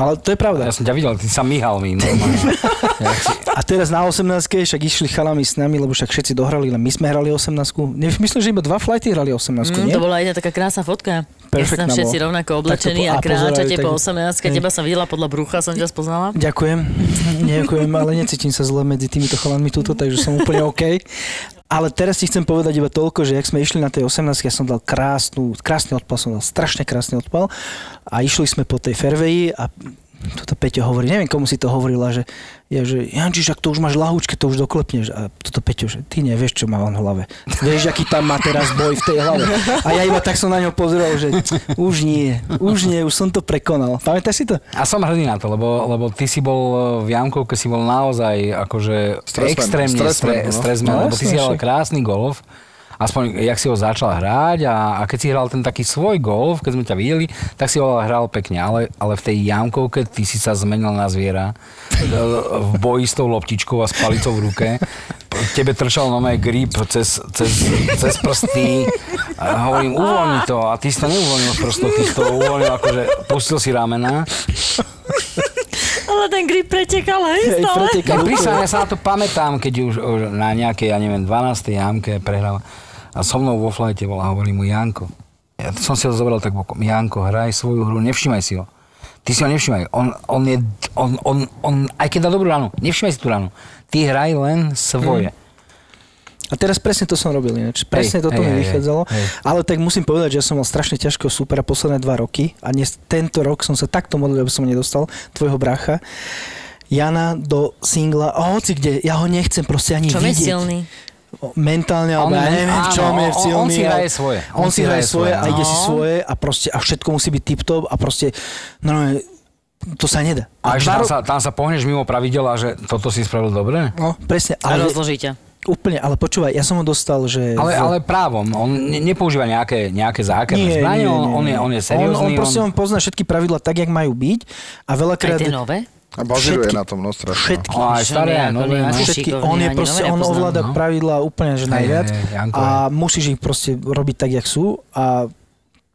Ale to je pravda. Ja som ťa videl, ty sa myhal mi normálne. Ja si- A teraz na 18 však išli chalami s nami, lebo však všetci dohrali, len my sme hrali 18 Myslím, že iba dva flighty hrali 18 Mm, nie? to bola jedna taká krásna fotka. Keď ste Perfektná tam všetci bola. rovnako Takto po- oblečení a a pozerajú kráčate po tak- 18. Hej. Teba som videla podľa brucha, som ťa (laughs) spoznala. Ďakujem, ďakujem, ale necítim sa zle medzi týmito chalanmi túto, takže som úplne OK. Ale teraz ti chcem povedať iba toľko, že jak sme išli na tej 18, ja som dal krásnu, krásny odpal, som dal strašne krásny odpal a išli sme po tej fairwayi a tuto Peťo hovorí, neviem komu si to hovorila, že, ja, že Jančiš, ak to už máš lahúčke, to už doklepneš. A tuto Peťo, že ty nevieš, čo má on v hlave. Vieš, aký tam má teraz boj v tej hlave. A ja iba tak som na ňo pozrel, že už nie, už nie, už som to prekonal. Pamätáš si to? A som hrdý na to, lebo, lebo ty si bol eh, v Jankovke, si bol naozaj akože Stresmen, extrémne stresmen, stre, no. stresmen, No lebo ty jasne, si hral však. krásny golf, aspoň jak si ho začal hrať a, a keď si hral ten taký svoj golf, keď sme ťa videli, tak si ho hral pekne, ale, ale v tej Jankovke ty si sa zmenil na zviera E, v boji s tou loptičkou a s palicou v ruke. Tebe trčal nové grip cez, cez, cez prsty a hovorím, uvoľni to a ty si to neuvoľnil z prstov, ty si to uvoľnil akože pustil si ramena Ale ten grip pretekal, hej, stále. Ja prísam, ja sa na to pamätám, keď už, už na nejakej, ja neviem, 12. jamke prehral a so mnou vo flajte bola a hovorí mu Janko. Ja som si ho zobral tak bokom. Janko, hraj svoju hru, nevšímaj si ho. Ty si ho nevšímaj. On, on je, on, on, on, aj keď dá dobrú ránu, nevšímaj si tú ránu. Ty hraj len svoje. Hmm. A teraz presne to som robil ináč. Presne Hej, toto hej, mi hej, vychádzalo. hej. Ale tak musím povedať, že ja som mal strašne ťažkého súpera posledné dva roky a dnes, tento rok som sa takto modlil, aby som ho nedostal, tvojho bracha. Jana do singla, a hoci kde, ja ho nechcem proste ani Čo je vidieť. silný? O, Mentálne, alebo On ja je- neviem, v áno, čom je on- on silný. si ale- hraje svoje. On, si hraje svoje a no. ide si svoje a proste a všetko musí byť tip-top a proste, no, no to sa nedá. A ešte dva tam ro- sa, tam sa pohneš mimo pravidel a že toto si spravil dobre? No, presne, A ale rozloží ťa. úplne, ale počúvaj, ja som ho dostal, že... v- Ale, ale právom, on ne, nepoužíva nejaké, nejaké zákerné zbranie, on, on, je, on je seriózny. On, on, proste, on pozná všetky pravidla tak, jak majú byť a veľakrát... Aj tie nové? A bazíruje Všetky- na tom, no strašne. Všetky. On aj staré, aj nové, no. Všetky, on je proste, on ovláda no. pravidlá úplne, že Hej, najviac hej, Janko, a musíš ich proste robiť tak, jak sú a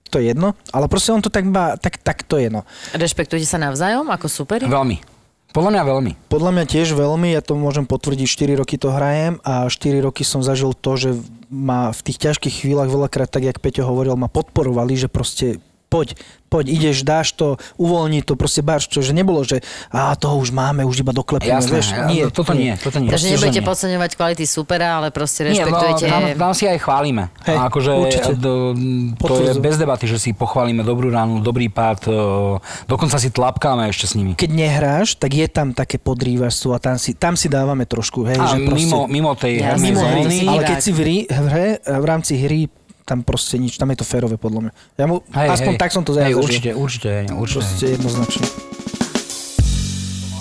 to je jedno, ale proste on to tak má, tak, tak to je no. Rešpektujete sa navzájom ako superi? Veľmi. Podľa mňa veľmi. Podľa mňa tiež veľmi, ja to môžem potvrdiť, 4 roky to hrajem a 4 roky som zažil to, že ma v tých ťažkých chvíľach veľakrát, tak jak Peťo hovoril, ma podporovali, že proste poď, poď, ideš, dáš to, uvoľni to, proste báš to, že nebolo, že a toho už máme, už iba doklepíme. Jasné, vieš, nie, toto nie, toto nie. Takže Určite, že nebudete nie. podceňovať kvality supera, ale proste Nie, no, rešpektujete... tam, tam si aj chválime. Hej, A akože určite. do, to je Potvrdzujem. bez debaty, že si pochválime dobrú ránu, dobrý pád, e, dokonca si tlapkáme ešte s nimi. Keď nehráš, tak je tam také podrývačstvo a tam si, tam si dávame trošku, hej, že A proste, No, mimo, mimo tej Jasné, hernej mimo hry, zóny. si ale keď divák. si v, hry, v hre, v rámci hry, tam proste nič, tam je to férové podľa mňa. Ja mu, Hej, aspoň hej. tak som to Hej, zažil. určite, určite, hej, určite. Proste jednoznačne.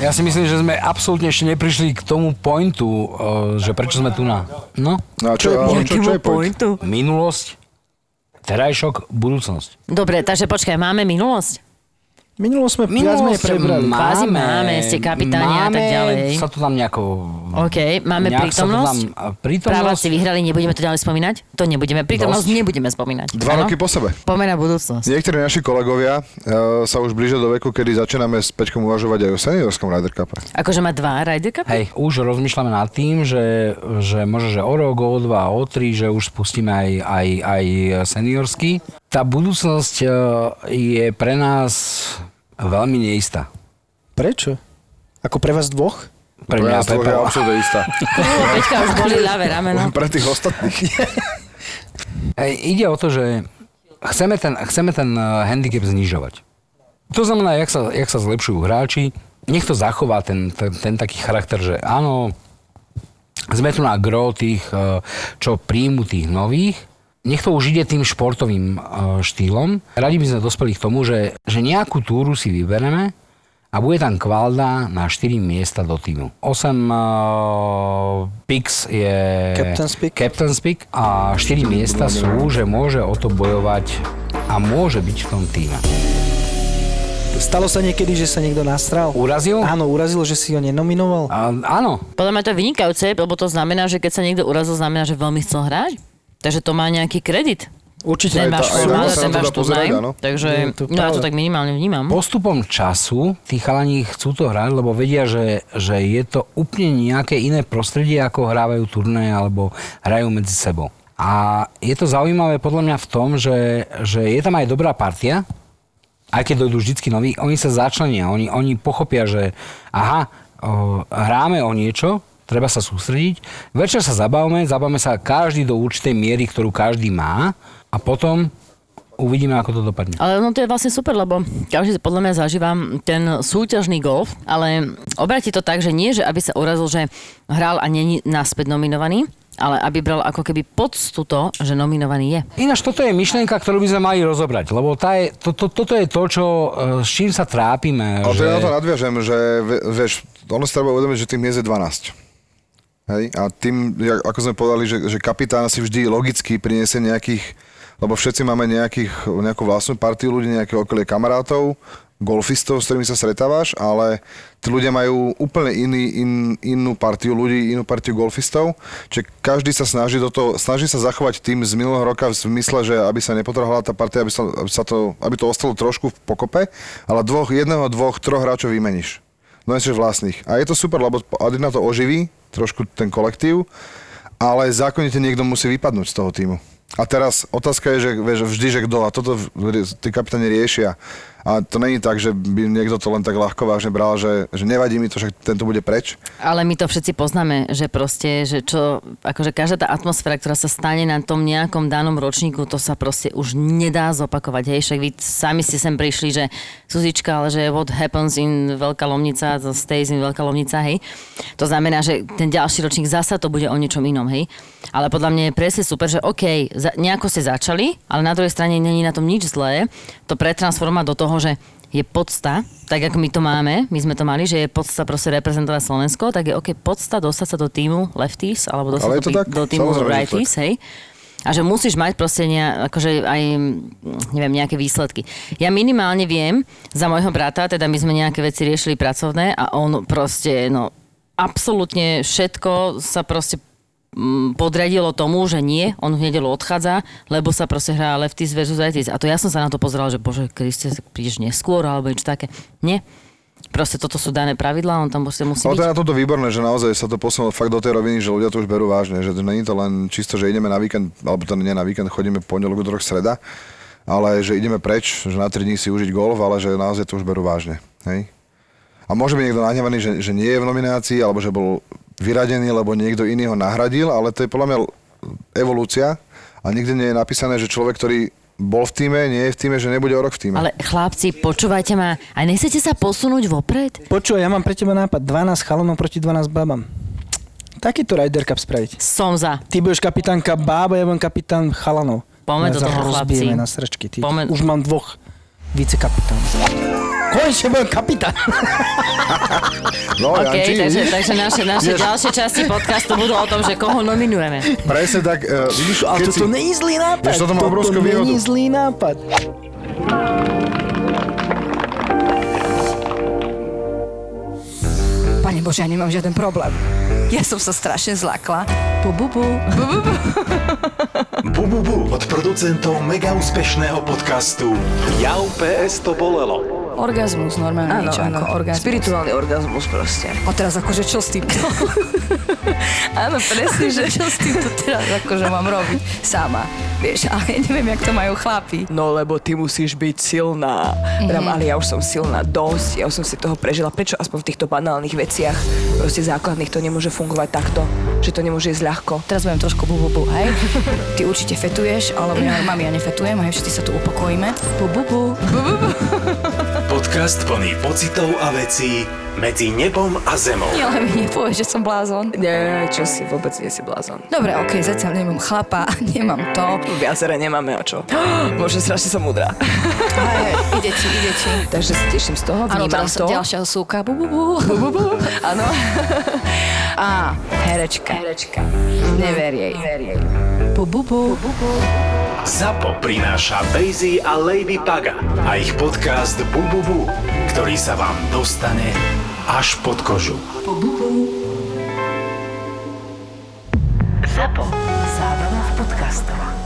Ja si myslím, že sme absolútne ešte neprišli k tomu pointu, e, že prečo sme tu na... No, No a čo, ale čo, čo je point? minulosť, terajšok, budúcnosť. Dobre, takže počkaj, máme minulosť? Minulo sme viac menej Minulosť prebrali. má- Kvázi máme, ste kapitáni a máme, tak ďalej. sa to tam nejako... OK, máme nejak sa to prítomnosť? tam, a Práva prítomnosť. si vyhrali, nebudeme to ďalej spomínať? To nebudeme. Prítomnosť Dosť. nebudeme spomínať. Dva áno? roky po sebe. Poďme na budúcnosť. Niektorí naši kolegovia e, sa už blížia do veku, kedy začíname s Peťkom uvažovať aj o seniorskom Ryder Cupe. Akože má dva Ryder Cupy? Hej, už rozmýšľame nad tým, že, že možno, že o rok, o dva, o tri, že už spustíme aj, aj, aj seniorsky. Tá budúcnosť eh, je pre nás veľmi neistá. Prečo? Ako pre vás dvoch? Pre To mňa a je pre Pavla. absolútne (laughs) istá. Kurva, Peťka už boli ľavé (laughs) rameno. Pre tých ostatných. Hej, Ide o to, že chceme ten, chceme ten eh, handicap znižovať. To znamená, jak sa, jak sa zlepšujú hráči, nech to zachová ten, ten, ten taký charakter, že áno, sme tu na gro tých, eh, čo príjmu tých nových, nech to už ide tým e, športovým eh, štýlom. Radi by sme dospeli k tomu, že, že nejakú túru si vybereme a a bude tam Kvalda na 4 miesta do týmu. 8 uh, picks je Captain's pick. Captain's pick a 4 miesta sú, že môže o to bojovať a môže byť v tom týme. Stalo sa niekedy, že sa niekto nastral? Urazil? Áno, urazil, že si ho nenominoval. A, áno, Podľa mňa to je vynikajúce, lebo to znamená, že keď sa niekto urazil, znamená, že veľmi chcel hrať. Takže to má nejaký kredit. Určite. Ten tá- váš aj tá- formát, sa ten na to váš dá pozerať, turnaj. áno. Takže Je to no, ja to práve- tak minimálne vnímam. Postupom času tí chalani chcú to hrať, lebo vedia, že, že je to úplne nejaké iné prostredie, ako hrávajú turné alebo hrajú medzi sebou. A je to zaujímavé podľa mňa v tom, že, že je tam aj dobrá partia, aj keď dojdú vždycky noví, oni sa začlenia, oni, oni pochopia, že aha, o, hráme o niečo, treba sa sústrediť, večer sa zabavme, zabavme sa každý do určitej miery, ktorú každý má a potom uvidíme, ako to dopadne. Ale no to je vlastne super, lebo každý podľa mňa zažívam ten súťažný golf, ale obráti to tak, že nie, že aby sa urazil, že hral a není náspäť nominovaný, ale aby bral ako keby poctu to, že nominovaný je. Ináč toto je myšlienka, ktorú by sme mali rozobrať, lebo tá je, to, to, toto je to, čo, e, s čím sa trápime. Ale to že... ja na to nadviažem, že ve- vieš, ono sa treba uvedomiť, že tých miest je 12. Hej? A tým, jak- ako sme povedali, že, že kapitán si vždy logicky priniesie nejakých, lebo všetci máme nejakých, nejakú vlastnú partiu ľudí, nejaké okolie kamarátov, golfistov, s ktorými sa stretávaš, ale tí ľudia majú úplne iný, in, inú partiu ľudí, inú partiu golfistov, čiže každý sa snaží do toho, snaží sa zachovať tým z minulého roka v zmysle, že aby sa nepotrhala tá partia, aby, sa, aby, sa to, aby to ostalo trošku v pokope, ale dvoch, jedného, dvoch, troch hráčov vymeníš. No ešte vlastných. A je to super, lebo Adina to oživí, trošku ten kolektív, ale zákonite niekto musí vypadnúť z toho týmu. A teraz otázka je, že vieš, vždy, že kto, a toto v- tí kapitáni riešia. A to není tak, že by niekto to len tak ľahko vážne bral, že, že nevadí mi to, že tento bude preč. Ale my to všetci poznáme, že proste, že čo, akože každá tá atmosféra, ktorá sa stane na tom nejakom danom ročníku, to sa proste už nedá zopakovať. Hej, však vy sami ste sem prišli, že Suzička, ale že what happens in Veľká Lomnica, to stays in Veľká Lomnica, hej. To znamená, že ten ďalší ročník zasa to bude o niečom inom, hej. Ale podľa mňa je presne super, že OK, za, nejako ste začali, ale na druhej strane není na tom nič zlé. To pretransforma do toho, že je podsta, tak ako my to máme, my sme to mali, že je podsta proste reprezentovať Slovensko, tak je OK, podsta dostať sa do týmu lefties, alebo dostať Ale je do, to pi- tak, do týmu samozrejme, že to righties, hej. A že musíš mať proste ne, akože aj, mm, neviem, nejaké výsledky. Ja minimálne viem, za môjho brata, teda my sme nejaké veci riešili pracovné a on proste, no, absolútne všetko sa proste mm, podradilo tomu, že nie, on v nedelu odchádza, lebo sa proste hrá lefties versus righties. A to ja som sa na to pozerala, že bože, Kriste, prídeš neskôr alebo niečo také. Nie. Proste toto sú dané pravidlá, on tam proste musí Ale to je byť. na tomto výborné, že naozaj sa to posunulo fakt do tej roviny, že ľudia to už berú vážne, že to není to len čisto, že ideme na víkend, alebo to nie na víkend, chodíme pondelok, útorok, streda, ale že ideme preč, že na 3 dní si užiť golf, ale že naozaj to už berú vážne. Hej? A môže byť niekto nahnevaný, že, že nie je v nominácii, alebo že bol vyradený, lebo niekto iný ho nahradil, ale to je podľa mňa l- evolúcia a nikde nie je napísané, že človek, ktorý bol v týme, nie je v týme, že nebude o rok v týme. Ale chlapci, počúvajte ma, a nechcete sa posunúť vopred? Počuj, ja mám pre teba nápad. 12 chalanov proti 12 babám. Takýto Ryder Cup spraviť. Som za. Ty budeš kapitánka báb a ja budem kapitán chalanov. Poďme Ja do sa toho, rozbijeme chlapci. na sračky. Ty. Poďme- Už mám dvoch vicekapitánov. Konečne budem kapitán. (laughs) No, OK, Janči, takže, vidíš? takže naše, naše ďalšie časti podcastu budú o tom, že koho nominujeme. presne tak, uh, vidíš, A keď toto není zlý nápad. Vieš, toto má obrovskú výhodu. není zlý nápad. Pane Bože, ja nemám žiaden problém. Ja som sa strašne zlakla. Bu, bu, bu. Bu, bu, bu. Bububu od producentov mega úspešného podcastu Jau PS to bolelo. Orgazmus, normálne Áno, niečo. áno. Ako orgazmus. Spirituálny orgazmus proste. A teraz akože čo s týmto? (laughs) áno, presne, že čo s týmto teraz akože mám robiť sama. Vieš, ale ja neviem, jak to majú chlapi. No lebo ty musíš byť silná. Mm-hmm. Ale ja už som silná dosť, ja už som si toho prežila. Prečo aspoň v týchto banálnych veciach, proste základných, to nemôže fungovať takto? Že to nemôže ísť ľahko? Teraz budem trošku bu, bu, bu, hej. Ty určite fetuješ, alebo ja, mami, ja nefetujem, hej, všetci sa tu upokojíme. Bu, bu, bu. Bu, bu, bu. Podcast plný pocitov a vecí medzi nebom a zemou. Nie, ale mi nepovieš, že som blázon. Nie, čo si, vôbec nie si blázon. Dobre, okej, zatiaľ nemám chlapa, (laughs) nemám to. Viacere nemáme o čo. (gasps) Bože, strašne som múdra. Hej, ide ti, ide ti. (laughs) Takže sa teším z toho, Áno, vnímam teraz to. ďalšia súka. Bu, bu, bu. Bu, bu, bu. (laughs) Áno. Á, herečka. Herečka. Never jej. Bu, bu, bu. ZAPO prináša Bejzy a Lady Paga a ich podcast Bububu, ktorý sa vám dostane až pod kožu. Zábrná v podcastovách.